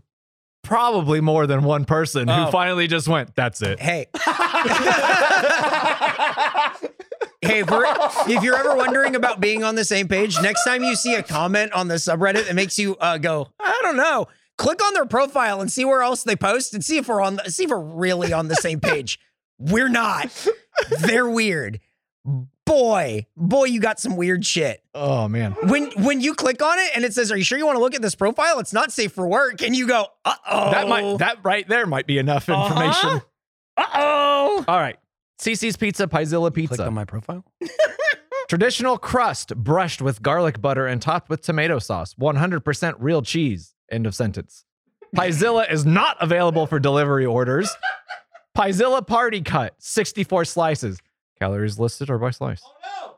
S4: probably more than one person
S2: Oh.
S4: who finally just went. That's it.
S2: Hey. hey, if, we're- if you're ever wondering about being on the same page, next time you see a comment on the subreddit that makes you uh, go, I don't know, click on their profile and see where else they post and see if we're on the, see if we're really on the same page. We're not. They're weird. Boy, boy, you got some weird shit.
S4: Oh man.
S2: When when you click on it and it says, "Are you sure you want to look at this profile? It's not safe for work," and you go, "Uh oh,
S4: That might that right there might be enough information.
S2: Uh oh."
S4: All right. CC's Pizza, Paisilla Pizza.
S3: my profile.
S4: Traditional crust brushed with garlic butter and topped with tomato sauce. 100% real cheese. End of sentence. Paisilla is not available for delivery orders. Paisilla party cut, 64 slices. Calories listed or by slice? Oh, no.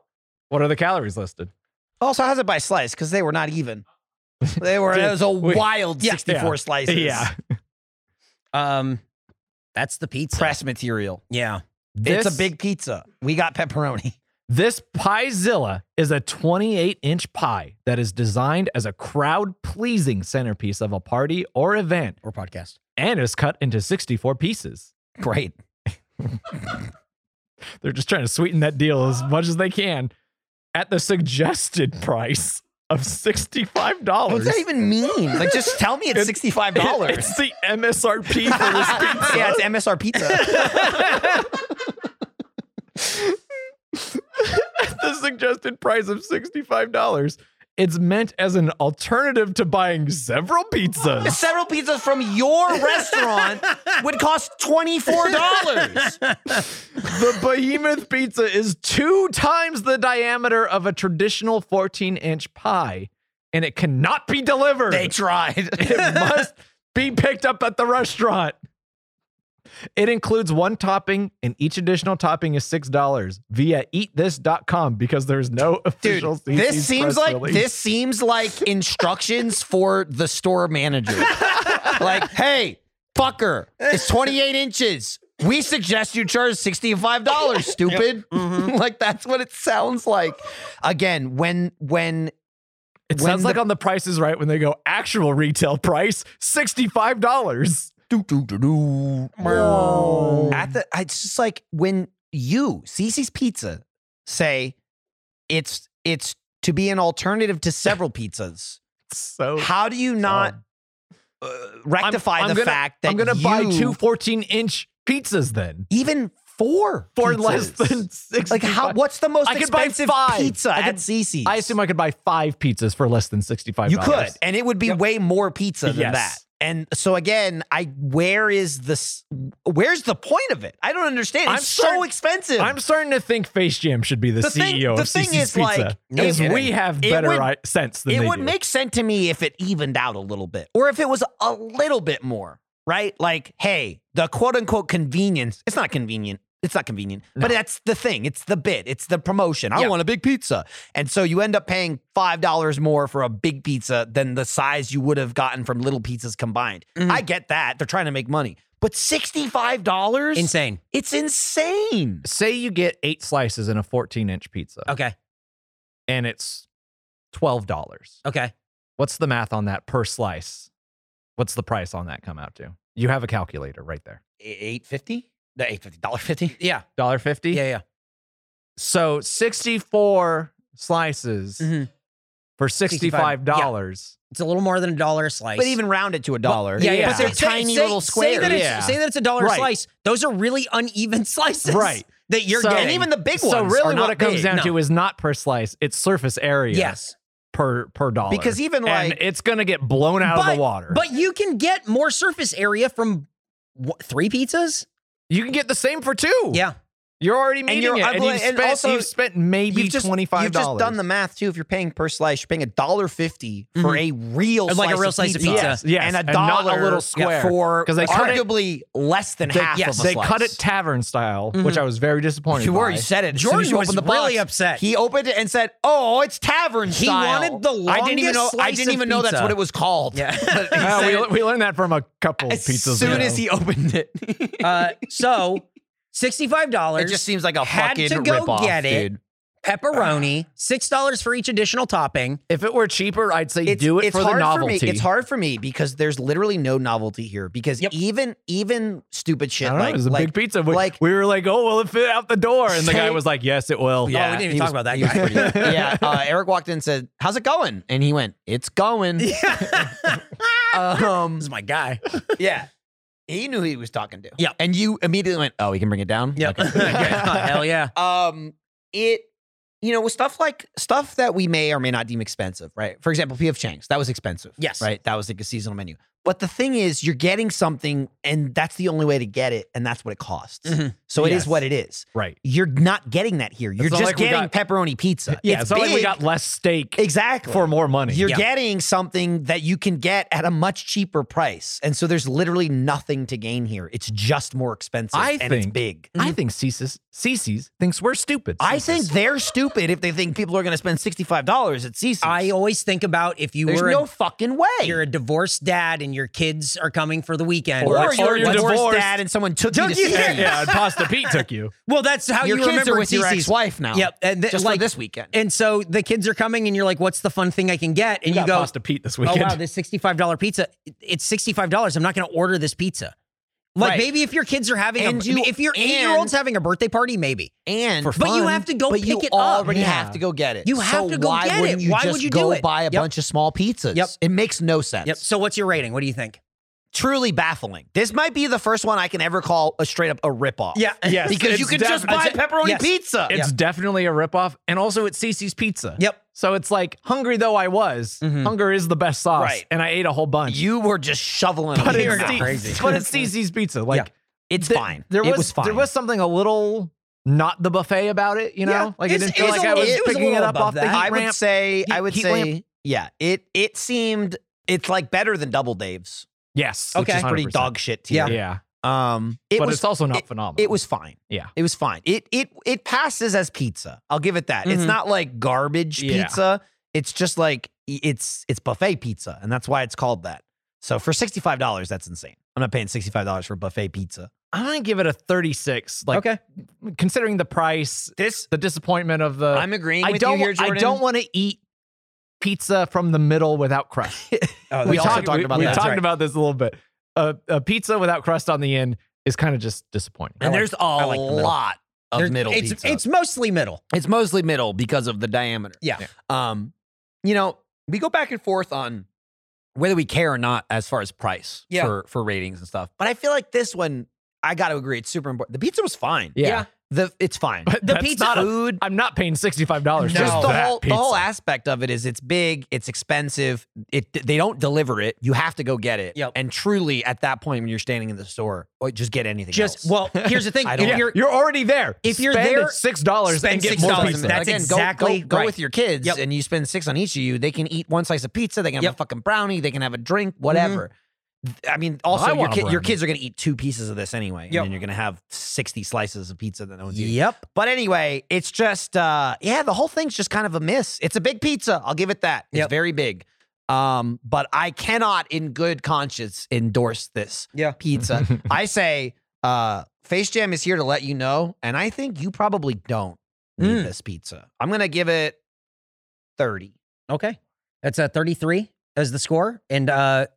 S4: What are the calories listed?
S3: Also has it by slice because they were not even. They were. it was a
S4: we-
S3: wild
S4: yeah.
S3: 64 slices.
S2: Um, that's the pizza.
S3: Press material.
S2: Yeah.
S3: it's a big pizza. We got pepperoni.
S4: This Piezilla is a 28 inch pie that is designed as a crowd pleasing centerpiece of a party or event
S2: or podcast.
S4: and is cut into 64 pieces.
S3: Great.
S4: They're just trying to sweeten that deal as much as they can at the suggested price of
S3: What
S4: $65.
S3: does that even mean? Like, just tell me it's sixty-five dollars.
S4: It's the MSRP for this pizza.
S3: yeah, it's MSR pizza.
S4: at the suggested price of $65. It's meant as an alternative to buying several pizzas.
S3: Several pizzas from your restaurant would cost twenty-four dollars.
S4: the behemoth pizza is two times the diameter of a traditional 14 inch pie, and it cannot be delivered.
S3: They tried.
S4: it must be picked up at the restaurant. It includes one topping, and each additional topping is $6 via eatthis.com because there's no
S3: Dude,
S4: official
S3: this
S4: CC's
S3: seems
S4: press
S3: like
S4: release.
S3: this seems like instructions for the store manager. like, hey, fucker, it's 28 inches. We suggest you charge $65, stupid.
S4: Mm-hmm.
S3: like that's what it sounds like. Again, when when
S4: It
S3: when
S4: sounds
S3: the-
S4: like on the Price is Right when they go actual retail price sixty five dollars.
S3: at the it's just like when you Cece's pizza say it's it's to be an alternative to several pizzas.
S4: So
S3: How do you not uh, rectify
S4: I'm
S3: the
S4: gonna-
S3: fact that
S4: I'm gonna buy
S3: you-
S4: two 14 inch pizzas then
S3: even four
S4: for
S3: pizzas.
S4: less than six.
S3: like how what's the most
S4: I could buy
S3: expensive
S4: five.
S3: pizza
S4: I
S3: at
S4: could-
S3: Cece's?
S4: I assume I could buy five pizzas for less than sixty five.
S3: you could, and it would be way more pizza than
S4: Yes.
S3: that. And so again, I where is this? Where's the point of it? I don't understand.
S4: I'm
S3: It's so
S4: certain-
S3: expensive.
S4: I'm starting to think Face Jam should be the,
S3: The thing-
S4: CEO
S3: the
S4: of
S3: thing
S4: CC's
S3: is, like,
S4: Pizza,
S3: no
S4: because we
S3: kidding.
S4: have
S3: It
S4: better
S3: would-
S4: i- sense than
S3: it
S4: they
S3: would
S4: do.
S3: make sense to me if it evened out a little bit, or if it was a little bit more, right? Like, hey, the quote unquote convenience. It's not convenient. It's not convenient, but that's the thing. It's the bit. It's the promotion. I
S2: Yeah.
S3: want a big pizza, and so you end up paying five dollars more for a big pizza than the size you would have gotten from little pizzas combined.
S4: Mm-hmm.
S3: I get that they're trying to make money, but sixty-five dollars,
S2: Insane.
S3: It's insane.
S4: Say you get eight slices in a fourteen inch pizza,
S2: Okay.
S4: and it's twelve dollars.
S2: Okay.
S4: What's the math on that per slice? What's the price on that come out to? You have a calculator right there.
S3: E-, Eight fifty. The eight fifty dollar fifty.
S2: Yeah.
S4: Dollar fifty.
S2: Yeah. Yeah.
S4: So sixty-four slices
S3: Mm-hmm.
S2: Mhm.
S4: for
S2: 65,
S4: sixty-five dollars.
S2: It's a little more than a dollar a slice.
S3: But even round it to a dollar.
S4: yeah, yeah.
S3: But they're
S2: Say-
S3: tiny
S2: say-
S3: little squares.
S2: Say that, it's,
S4: Yeah.
S2: say that it's a dollar a
S4: Right.
S2: slice. Those are really uneven slices.
S4: Right.
S2: That you're
S4: So-
S2: getting.
S3: And even the big ones.
S4: So
S3: are
S4: really,
S3: not
S4: what it comes
S3: big.
S4: down
S2: No.
S4: to is not per slice; it's surface area.
S2: yes.
S4: per per dollar.
S3: Because even
S4: And
S3: like-
S4: it's gonna get blown out of the water.
S2: But you can get more surface area from what, three pizzas.
S4: you can get the same for two.
S2: Yeah.
S4: you're already meeting
S3: you're-
S4: it,
S3: I
S4: and,
S3: believe-
S4: you've
S3: and
S4: spent,
S3: also,
S4: you've spent maybe
S3: You've just,
S4: twenty-five.
S3: you've just done the math too. If you're paying per slice, you're paying a dollar fifty for a real
S2: And
S3: slice
S2: like a real
S3: of
S2: slice of
S3: pizza,
S2: pizza.
S4: Yes, yes.
S3: and a
S4: And not a
S3: dollar
S4: little square.
S3: for
S4: 'Cause they cut it-
S3: arguably less than
S4: They,
S3: half
S4: yes,
S3: of a
S4: they
S3: slice. Mm-hmm.
S4: cut it tavern style, which I was very disappointed.
S3: You were.
S4: by.
S3: You said it. As soon
S2: Jordan
S3: as you
S2: was
S3: opened the
S2: really
S3: box,
S2: upset.
S3: He opened it and said, "Oh, it's tavern
S2: He
S3: style."
S2: wanted the
S3: I didn't even
S2: longest
S3: know. I
S2: slice
S3: didn't
S2: of
S3: even know that's
S2: pizza.
S3: what it was called.
S2: Yeah.
S3: But he
S4: Uh,
S3: said
S4: we,
S3: it
S4: we learned that from a couple
S3: as
S4: pizzas.
S3: soon
S4: ago.
S3: as he opened it,
S2: Uh, so sixty-five dollars.
S3: it just seems like a
S2: had
S3: fucking
S2: to go
S3: ripoff,
S2: get it.
S3: dude.
S2: Pepperoni. Six dollars for each additional topping.
S4: if it were cheaper, I'd say do it for the
S3: hard
S4: novelty.
S3: For me. It's hard for me because there's literally no novelty here. Because
S2: Yep.
S3: even even stupid
S4: I
S3: shit
S4: don't know.
S3: like
S4: It was a
S3: like,
S4: big pizza. We,
S3: like-
S4: we were like, "Oh, will it fit out the door?" And the guy
S3: Say-
S4: was like, "Yes, it will."
S2: oh, we didn't even
S3: he
S2: talk
S3: was-
S2: about that.
S3: he was
S2: guy.
S3: pretty- yeah, uh, Eric walked in and said, "How's it going?" And he went, "It's going."
S2: this
S3: um,
S2: is my guy.
S3: yeah, he knew who he was talking to.
S2: Yep.
S3: and you immediately went, "Oh, we can bring it down."
S2: Yep.
S3: Okay.
S2: Hell yeah.
S3: um it you know with stuff like stuff that we may or may not deem expensive right for example pf chang's that was expensive
S2: Yes.
S3: right that was like a seasonal menu but the thing is you're getting something and that's the only way to get it and that's what it costs
S2: Mhm.
S3: so it
S4: Mm-hmm. Yes.
S3: is what it is
S4: Right.
S3: you're not getting that here you're
S4: not
S3: just
S4: like we
S3: getting
S4: got-
S3: pepperoni pizza
S4: Yeah. It's, not like we
S3: big.
S4: got less steak
S3: exactly
S4: for more money.
S3: you're
S2: Yeah.
S3: getting something that you can get at a much cheaper price and so there's literally nothing to gain here it's just more expensive
S4: I
S3: and it's
S4: think-
S3: big
S4: I think Cece's, Cece's thinks we're stupid.
S3: Mm-hmm. I
S4: Cece's.
S3: think they're stupid if they think people are going to spend sixty-five dollars at Cece's.
S2: I always think about if you
S3: There's
S2: were
S3: no
S2: a,
S3: fucking way.
S2: you're a divorced dad and your kids are coming for the weekend.
S4: Or-
S3: Or, you're
S4: you're
S3: a divorced
S4: divorced.
S3: dad and someone took you to
S2: Took you-
S3: see
S2: Yeah.
S4: yeah, and Pasta Pete took you.
S2: well, that's how
S3: Your
S2: you
S3: kids
S2: remember
S3: are with your
S2: Cece's.
S3: ex-wife now.
S2: Yep, and th-
S3: Just
S2: like
S3: for this weekend.
S2: And so the kids are coming, and you're like, "What's the fun thing I can get?" And
S4: You
S2: you,
S4: got
S2: go,
S4: Pasta Pete this
S2: "Oh
S4: weekend.
S2: wow, this sixty-five dollar pizza. it- It's sixty-five dollars. I'm not going to order this pizza." Like
S3: Right.
S2: maybe if your kids are having,
S3: And
S2: a,
S3: you-
S2: if your eight-year-old's having a birthday party, maybe.
S3: and
S2: For But you fun. have to go
S3: but you
S2: pick it up.
S3: already
S2: Yeah.
S3: have to go get it.
S2: You have
S3: So
S2: to go
S3: why
S2: get it.
S3: wouldn't You
S2: Why
S3: just
S2: would you do
S3: go
S2: it?
S3: buy a
S2: Yep.
S3: bunch of small pizzas?
S2: Yep.
S3: It makes no sense.
S2: Yep. So what's your rating? What do you think?
S3: Truly baffling. This might be the first one I can ever call a straight up a ripoff.
S4: Yes,
S3: because you
S4: it's
S3: can just
S4: defi-
S3: buy
S4: it's-
S3: pepperoni
S2: yes.
S3: pizza.
S4: It's definitely a ripoff, and also it's Cece's Pizza.
S2: Yep.
S4: So it's like hungry though I was,
S2: Mhm.
S4: hunger is the best sauce,
S3: Right.
S4: and I ate a whole bunch.
S3: You were just shoveling.
S4: but
S3: it
S4: it's,
S3: in.
S2: not
S4: Ce-
S2: crazy.
S4: but it's Cece's Pizza. Like
S2: Yeah.
S3: It's
S4: th-
S3: fine.
S4: There was,
S3: it was fine.
S4: there was something a little not the buffet about it. You know,
S2: Yeah,
S4: like it
S2: it's-
S4: didn't feel
S2: it's
S4: like
S2: a
S4: I was
S2: little- it was a
S4: picking it
S2: little
S4: up
S2: above
S4: off the
S2: that.
S4: heat
S3: I would
S4: ramp.
S3: say. I
S4: heat-
S3: would
S4: heat
S3: say.
S4: lamp.
S3: Yeah. It it seemed it's like better than Double Dave's,
S4: yes,
S3: which
S2: Okay.
S3: is pretty
S4: 100%.
S3: dog shit tier.
S2: Yeah.
S4: Yeah,
S3: Um, it
S4: but
S3: was
S4: it's also not phenomenal.
S3: It was fine.
S4: Yeah.
S3: It was fine. It it it passes as pizza. I'll give it that. It's
S2: Mhm.
S3: not like garbage
S4: Mm-hmm. Yeah.
S3: pizza. It's just like it's it's buffet pizza, and that's why it's called that. So for sixty five dollars, that's insane. I'm not paying sixty five dollars for buffet pizza.
S4: I'm gonna give it a 36. Like
S2: okay.
S4: considering the price,
S3: This
S4: the disappointment of the.
S3: I'm agreeing
S4: I
S3: with
S4: don't.
S3: you here, Jordan.
S4: I don't want to eat pizza from the middle without crust.
S2: Oh,
S3: We
S2: that's
S3: also
S2: right.
S3: talked
S4: we,
S3: about
S4: we
S3: that.
S4: talked
S2: That's right.
S4: about this a little bit. A, a pizza without crust on the end is kind of just disappointing.
S3: And
S2: I like-
S3: there's a
S2: I like the middle.
S3: lot of
S2: There-
S3: middle
S2: it's,
S3: pizza.
S2: It's mostly middle.
S3: It's mostly middle because of the diameter.
S2: Yeah.
S3: Um, you know, we go back and forth on whether we care or not as far as price
S2: Yeah.
S3: for for ratings and stuff. But I feel like this one, I got to agree, it's super important. The pizza was fine.
S4: Yeah.
S3: The it's fine.
S4: But
S3: the
S4: that's
S3: pizza
S4: not a-
S3: food.
S4: I'm not paying sixty five dollars
S2: No.
S4: just
S3: Just
S4: for
S3: the
S4: that
S3: whole, the
S4: pizza.
S3: whole aspect of it is it's big, it's expensive. It they don't deliver it. You have to go get it.
S2: Yep.
S3: And truly, at that point when you're standing in the store, or just get anything.
S2: Just
S3: else.
S2: well, here's the thing.
S3: I
S2: if
S3: don't-
S4: Yeah,
S2: you're
S4: you're, already there.
S2: if you're
S4: Spend
S2: there,
S4: six dollars
S2: spend
S4: and get
S2: $6
S4: more
S2: and
S4: pizza.
S2: that's
S3: Again, go-
S2: exactly
S3: go, go,
S2: right.
S3: with your kids
S2: Yep.
S3: and you spend six on each of you they can eat one slice of pizza they can have a
S2: Yep. Mm-hmm.
S3: fucking brownie they can have a drink whatever i mean also
S4: I
S3: your,
S4: want a
S3: kid, your
S4: brownie.
S3: kids are going to eat two pieces of this anyway and
S2: Yep.
S3: then you're going to have 60 slices of pizza that no one's eating
S2: yep.
S3: but anyway it's just uh yeah the whole thing's just kind of a miss it's a big pizza i'll give it that it's
S2: Yep.
S3: very big um but i cannot in good conscience endorse this
S2: Yeah.
S3: pizza I say, uh, Face Jam is here to let you know, and I think you probably don't need
S2: Mm.
S3: this pizza. I'm gonna give it thirty.
S2: Okay. That's a 33 as the score. And uh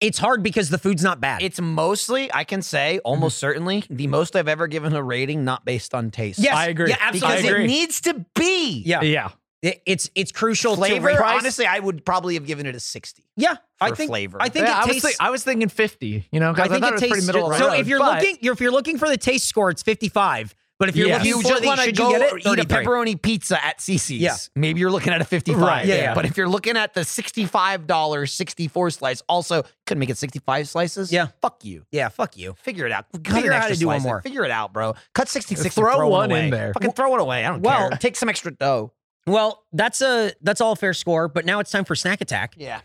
S2: it's hard because the food's not bad.
S3: It's mostly, I can say,
S2: Mm-hmm.
S3: almost certainly, the most I've ever given a rating, not based on taste.
S2: yes,
S4: I agree.
S2: Yeah, absolutely.
S3: because
S4: I agree.
S3: it needs to be.
S2: Yeah.
S4: yeah,
S2: It- it's it's crucial
S3: Flavor.
S2: to rate-
S3: Honestly, I would probably have given it a sixty.
S2: Yeah. I
S3: for
S2: think
S3: flavor.
S2: I think
S4: Yeah,
S2: it
S4: I was,
S2: tastes
S4: thi- I was thinking fifty. You know, 'cause I,
S2: think it
S4: thought was
S2: tastes
S4: pretty middle. of the
S2: So
S4: road,
S2: if you're
S4: but-
S2: looking you're, if you're looking for the taste score, it's 55. But if you're
S4: Yes.
S2: looking
S3: you
S2: for
S3: just
S2: the
S3: want to
S2: should
S3: go
S2: you get it?
S3: or eat a
S2: 33.
S3: pepperoni pizza at CC's.
S2: Yeah.
S3: Maybe you're looking at a 55.
S4: Right,
S2: yeah, yeah.
S3: But if you're looking at the $65, 64 slice, also couldn't make it 65 slices.
S2: Yeah.
S3: Fuck you.
S2: Yeah, fuck you.
S3: Figure it out. Cut
S2: Figure
S3: an
S2: out
S3: extra
S2: how to do one
S3: slice.
S2: more.
S3: Figure it out, bro. Cut 66
S4: Throw
S3: and throw
S4: one
S3: it
S4: in
S3: away.
S4: there.
S3: Fucking throw it away. I don't
S2: Well-
S3: care. Take some extra dough.
S2: Well, that's a that's all fair score, but now it's time for snack attack.
S3: Yeah.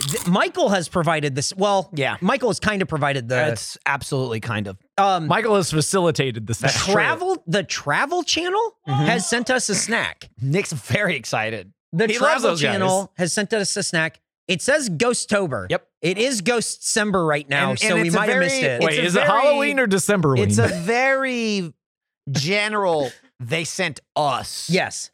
S2: Th- Michael has provided this. Well,
S3: Yeah.
S2: Michael has kind of provided the
S3: That's absolutely kind of.
S2: um
S4: Michael has facilitated this
S2: travel the travel channel has sent us a snack.
S3: Nick's very excited.
S2: The
S4: He loves
S2: Travel
S4: those guys.
S2: Channel has sent us a snack. It says Ghosttober.
S3: Yep.
S2: It is Ghostsember right now,
S3: And-
S2: so
S3: and
S2: we
S3: it's a
S2: might have missed
S3: very-
S2: it.
S3: Wait,
S4: Wait,
S3: it's a
S4: is it
S3: very-
S4: Halloween or December?
S3: It's a
S4: Ween?
S3: very general. They sent us
S2: Yes.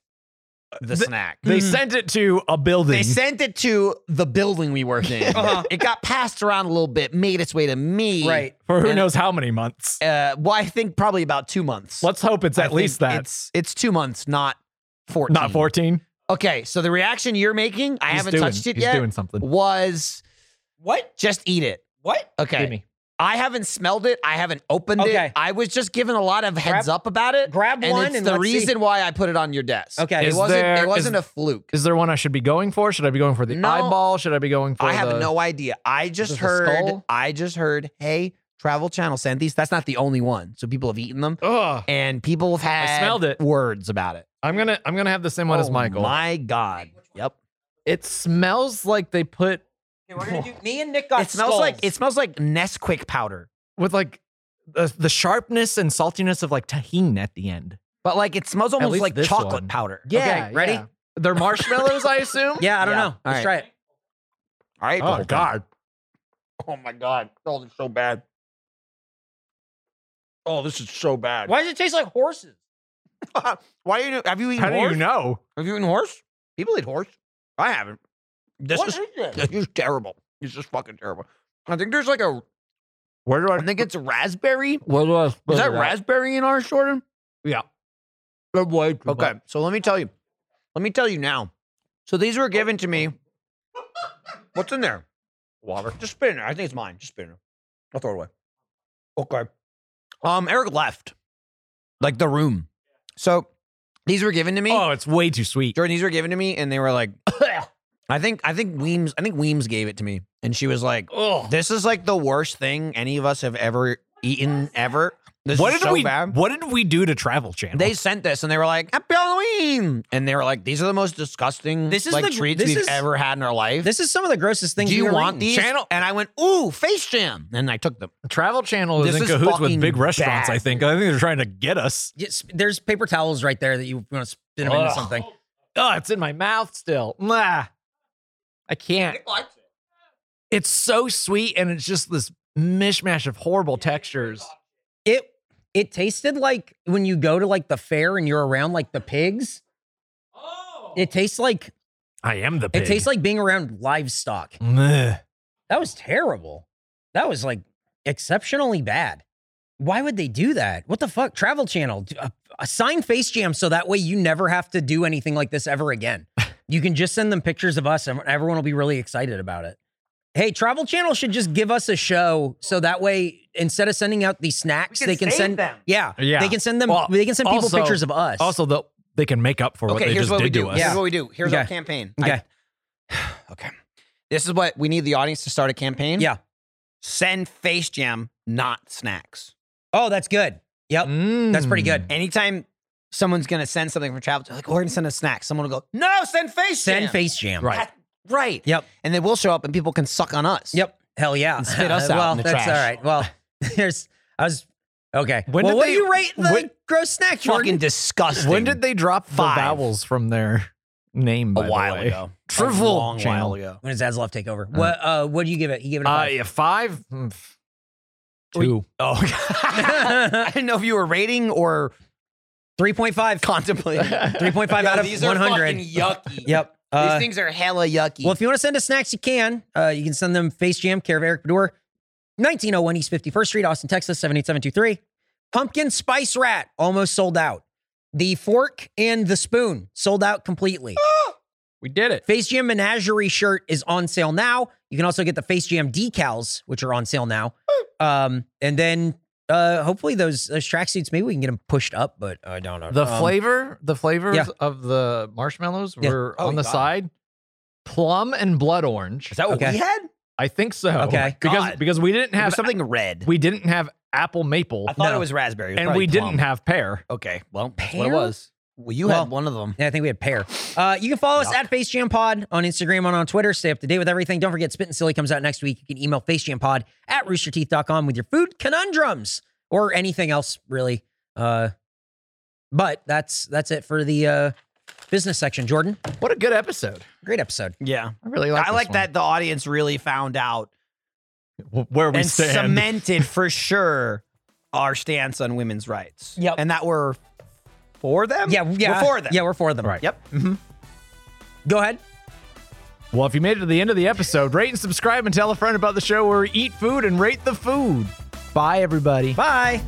S3: the snack.
S4: they sent it to a building.
S3: Hmm. They sent it to the building we worked in.
S4: Uh-huh.
S3: It got passed around a little bit, made its way to me.
S2: Right.
S4: for who
S3: and-
S4: knows how many months.
S3: Uh, well, I think probably about two months.
S4: Let's hope it's
S3: I
S4: at
S3: think
S4: least that.
S3: It's it's two months, not fourteen.
S4: Not fourteen.
S3: Okay, so the reaction you're making, I
S4: He's
S3: haven't
S4: doing-
S3: touched it
S4: he's
S3: yet.
S4: doing something.
S3: Was
S2: What?
S3: just eat it.
S2: What?
S3: Okay.
S4: Gimme.
S3: I haven't smelled it. I haven't opened it.
S2: Okay.
S3: I was just given a lot of heads
S2: Grab-
S3: up about it.
S2: grab
S3: and
S2: one
S3: It's
S2: and
S3: the
S2: let's see.
S3: reason why I put it on your desk.
S2: Okay.
S3: It
S4: Is
S3: wasn't.
S4: there-
S3: it
S4: is-
S3: wasn't a fluke.
S4: Is there one I should be going for? Should I be going for the
S3: No.
S4: eyeball? Should I be going for?
S3: I have
S4: the-
S3: no idea. I just
S4: Is this a
S3: heard.
S4: skull?
S3: I just heard. Hey, Travel Channel sent these. That's not the only one. So people have eaten them,
S4: Ugh.
S3: and people have had
S4: smelled it.
S3: words about it.
S4: I'm gonna I'm gonna have the same one as
S3: Oh
S4: Michael.
S3: My God. Yep.
S4: It smells like they put
S2: we're gonna do, me and Nick got
S3: it smells like it smells like Nesquik powder,
S4: with like the, the sharpness and saltiness of like tahini at the end.
S3: but like it smells almost
S4: least
S3: like
S4: this
S3: chocolate
S4: one.
S3: powder.
S2: Yeah, ready?
S4: They're marshmallows, I assume.
S2: Yeah, I don't
S3: Yeah.
S2: know.
S3: All right.
S2: Let's try it.
S3: I ate the
S4: Oh
S3: whole thing.
S4: God.
S9: Oh my god. Oh, this is so bad. Oh, this is so bad.
S2: Why does it taste like horses?
S3: Why do you have you eaten
S4: How do
S3: horse?
S4: you know?
S3: Have you eaten horse? People eat horse. I haven't. This
S9: What
S3: is
S9: is this?
S3: this is terrible. It's just fucking terrible. I think there's like a
S4: Where do I?
S3: I think it's a raspberry.
S9: What do I
S3: Is that raspberry in ours, Jordan?
S4: Yeah.
S3: Okay, so let me tell you. Let me tell you now. So these were given to me. What's in there? Water. Just spit in there. I think it's mine. Just spit in there. I'll throw it away. Okay. Um, Eric left, like the room. So these were given to me.
S4: Oh, it's way too sweet.
S3: Jordan, these were given to me, and they were like, I think I think Weems I think Weems gave it to me, and she was like,
S4: Ugh.
S3: "This is like the worst thing any of us have ever eaten ever. This
S4: What
S3: is
S4: did
S3: so
S4: we?
S3: bad."
S4: What did we do to Travel Channel?
S3: They sent this, and they were like, "Happy Halloween!" And they were like, "These are the most disgusting
S2: This is
S3: like
S2: the-
S3: treats
S2: this
S3: we've
S2: is-
S3: ever had in our life."
S2: This is some of the grossest things
S3: Do you
S2: we've ever
S3: want
S2: eaten.
S3: these?
S4: Channel-
S3: And I went, "Ooh, face jam!" And I took them.
S4: Travel Channel is
S3: This
S4: in
S3: is
S4: cahoots with
S3: fucking
S4: big restaurants.
S3: bad.
S4: I think. I think they're trying to get us.
S2: Yes, there's paper towels right there that you want to spin them into
S4: Ugh.
S2: something.
S4: Oh, it's in my mouth still. Mwah. I can't. It's so sweet, and it's just this mishmash of horrible textures.
S2: It it tasted like when you go to like the fair and you're around like the pigs. Oh. It tastes like
S4: I am the.
S2: it tastes like being around livestock.
S4: Mwah.
S2: That was terrible. That was like exceptionally bad. Why would they do that? What the fuck? Travel Channel, d- uh, assign Face Jam so that way you never have to do anything like this ever again. You can just send them pictures of us and everyone will be really excited about it. Hey, Travel Channel should just give us a show so that way instead of sending out these snacks, they can send them. Yeah,
S4: Yeah.
S2: They can send them
S4: Well,
S2: they can send people
S4: also-
S2: pictures of us.
S4: Also, the, they can make up for what
S3: Okay,
S4: they
S3: here's
S4: just
S3: what
S4: did
S3: we do.
S4: to us.
S3: Here's
S2: Yeah.
S3: what we do. Here's our
S2: Okay.
S3: campaign.
S2: okay.
S3: I- okay. This is what we need the audience to start a campaign.
S2: Yeah.
S3: Send face jam, not snacks.
S2: oh, that's good. Yep.
S3: Oh,
S2: That's pretty
S4: Mm.
S2: good.
S3: anytime someone's gonna send something from travel, like we're gonna send a snack, someone will go, no, send face
S2: Send
S3: jam."
S2: Face Jam.
S4: Right.
S3: right,
S2: Yep.
S3: and then we'll show up and people can suck on us.
S2: Yep. Hell yeah.
S3: spit us out
S2: well,
S3: in the
S2: that's
S3: trash.
S2: all right. Well, there's. I was okay.
S4: When
S2: well,
S4: did
S2: what
S4: they-
S2: do you rate the
S4: when-
S2: gross snack?
S3: fucking
S2: Jordan?
S3: disgusting.
S4: When did they drop
S3: Five.
S4: the vowels from their name?
S3: a
S4: By
S3: while
S4: the way?
S3: ago,
S4: Travel
S3: a long
S4: Channel.
S3: while ago.
S2: when does Zaslav take over?
S4: Mm.
S2: What? Uh, what do you give it? He gave it a
S4: Uh,
S2: five.
S4: yeah, five, Mm, f- two.
S3: Oh, I didn't know if you were rating or
S2: Three point five.
S3: contemplating.
S2: Three point five
S3: Yo,
S2: out of
S3: these
S2: one
S3: are
S2: hundred.
S3: fucking yucky.
S2: Yep. Uh,
S3: these things are hella yucky.
S2: well, if you want to send us snacks, you can. Uh, you can send them Face Jam, care of Eric Bedour, 1901 East 51st Street, Austin, Texas, 78723. Pumpkin Spice Rat almost sold out. The fork and the spoon sold out completely.
S4: We did it.
S2: Face Jam Menagerie shirt is on sale now. You can also get the Face Jam decals, which are on sale now. Um, and then uh, hopefully those those tracksuits, maybe we can get them pushed up, but I don't know.
S4: The
S2: Um,
S4: flavor, the flavors
S2: yeah.
S4: of the marshmallows
S2: Yeah.
S4: were
S3: Oh,
S4: on the
S3: God.
S4: side, plum and blood orange.
S3: is that what
S2: Okay.
S3: we had?
S4: I think so.
S2: Okay.
S4: because
S3: God.
S4: because we didn't
S3: It
S4: have
S3: was something red.
S4: we didn't have apple maple,
S3: I thought
S2: No.
S3: it was raspberry, It was
S4: and
S3: probably
S4: we
S3: plum.
S4: didn't have pear.
S3: Okay, well, that's what it
S2: Pear?
S3: was. Well, you
S2: Well,
S3: had one of them.
S2: Yeah, I think we had pear. Uh, you can follow us at Face Jam Pod on Instagram and on Twitter. Stay up to date with everything. Don't forget, Spit and Silly comes out next week. You can email facejampod at roosterteeth.com with your food conundrums or anything else, really. Uh, but that's that's it for the uh, business section. Jordan,
S4: What a good episode!
S2: great episode.
S3: Yeah,
S4: I really like.
S3: I
S4: this
S3: like
S4: one.
S3: that the audience really found out
S4: W- where we
S3: and
S4: stand.
S3: cemented for sure our stance on women's rights.
S2: Yep.
S3: And that we're for them?
S2: Yeah, yeah.
S3: We're for them.
S2: Yeah, we're for them.
S4: Right.
S3: Yep. Mm-hmm.
S2: Go ahead.
S4: Well, if you made it to the end of the episode, rate and subscribe and tell a friend about the show where we eat food and rate the food. Bye, everybody.
S2: Bye.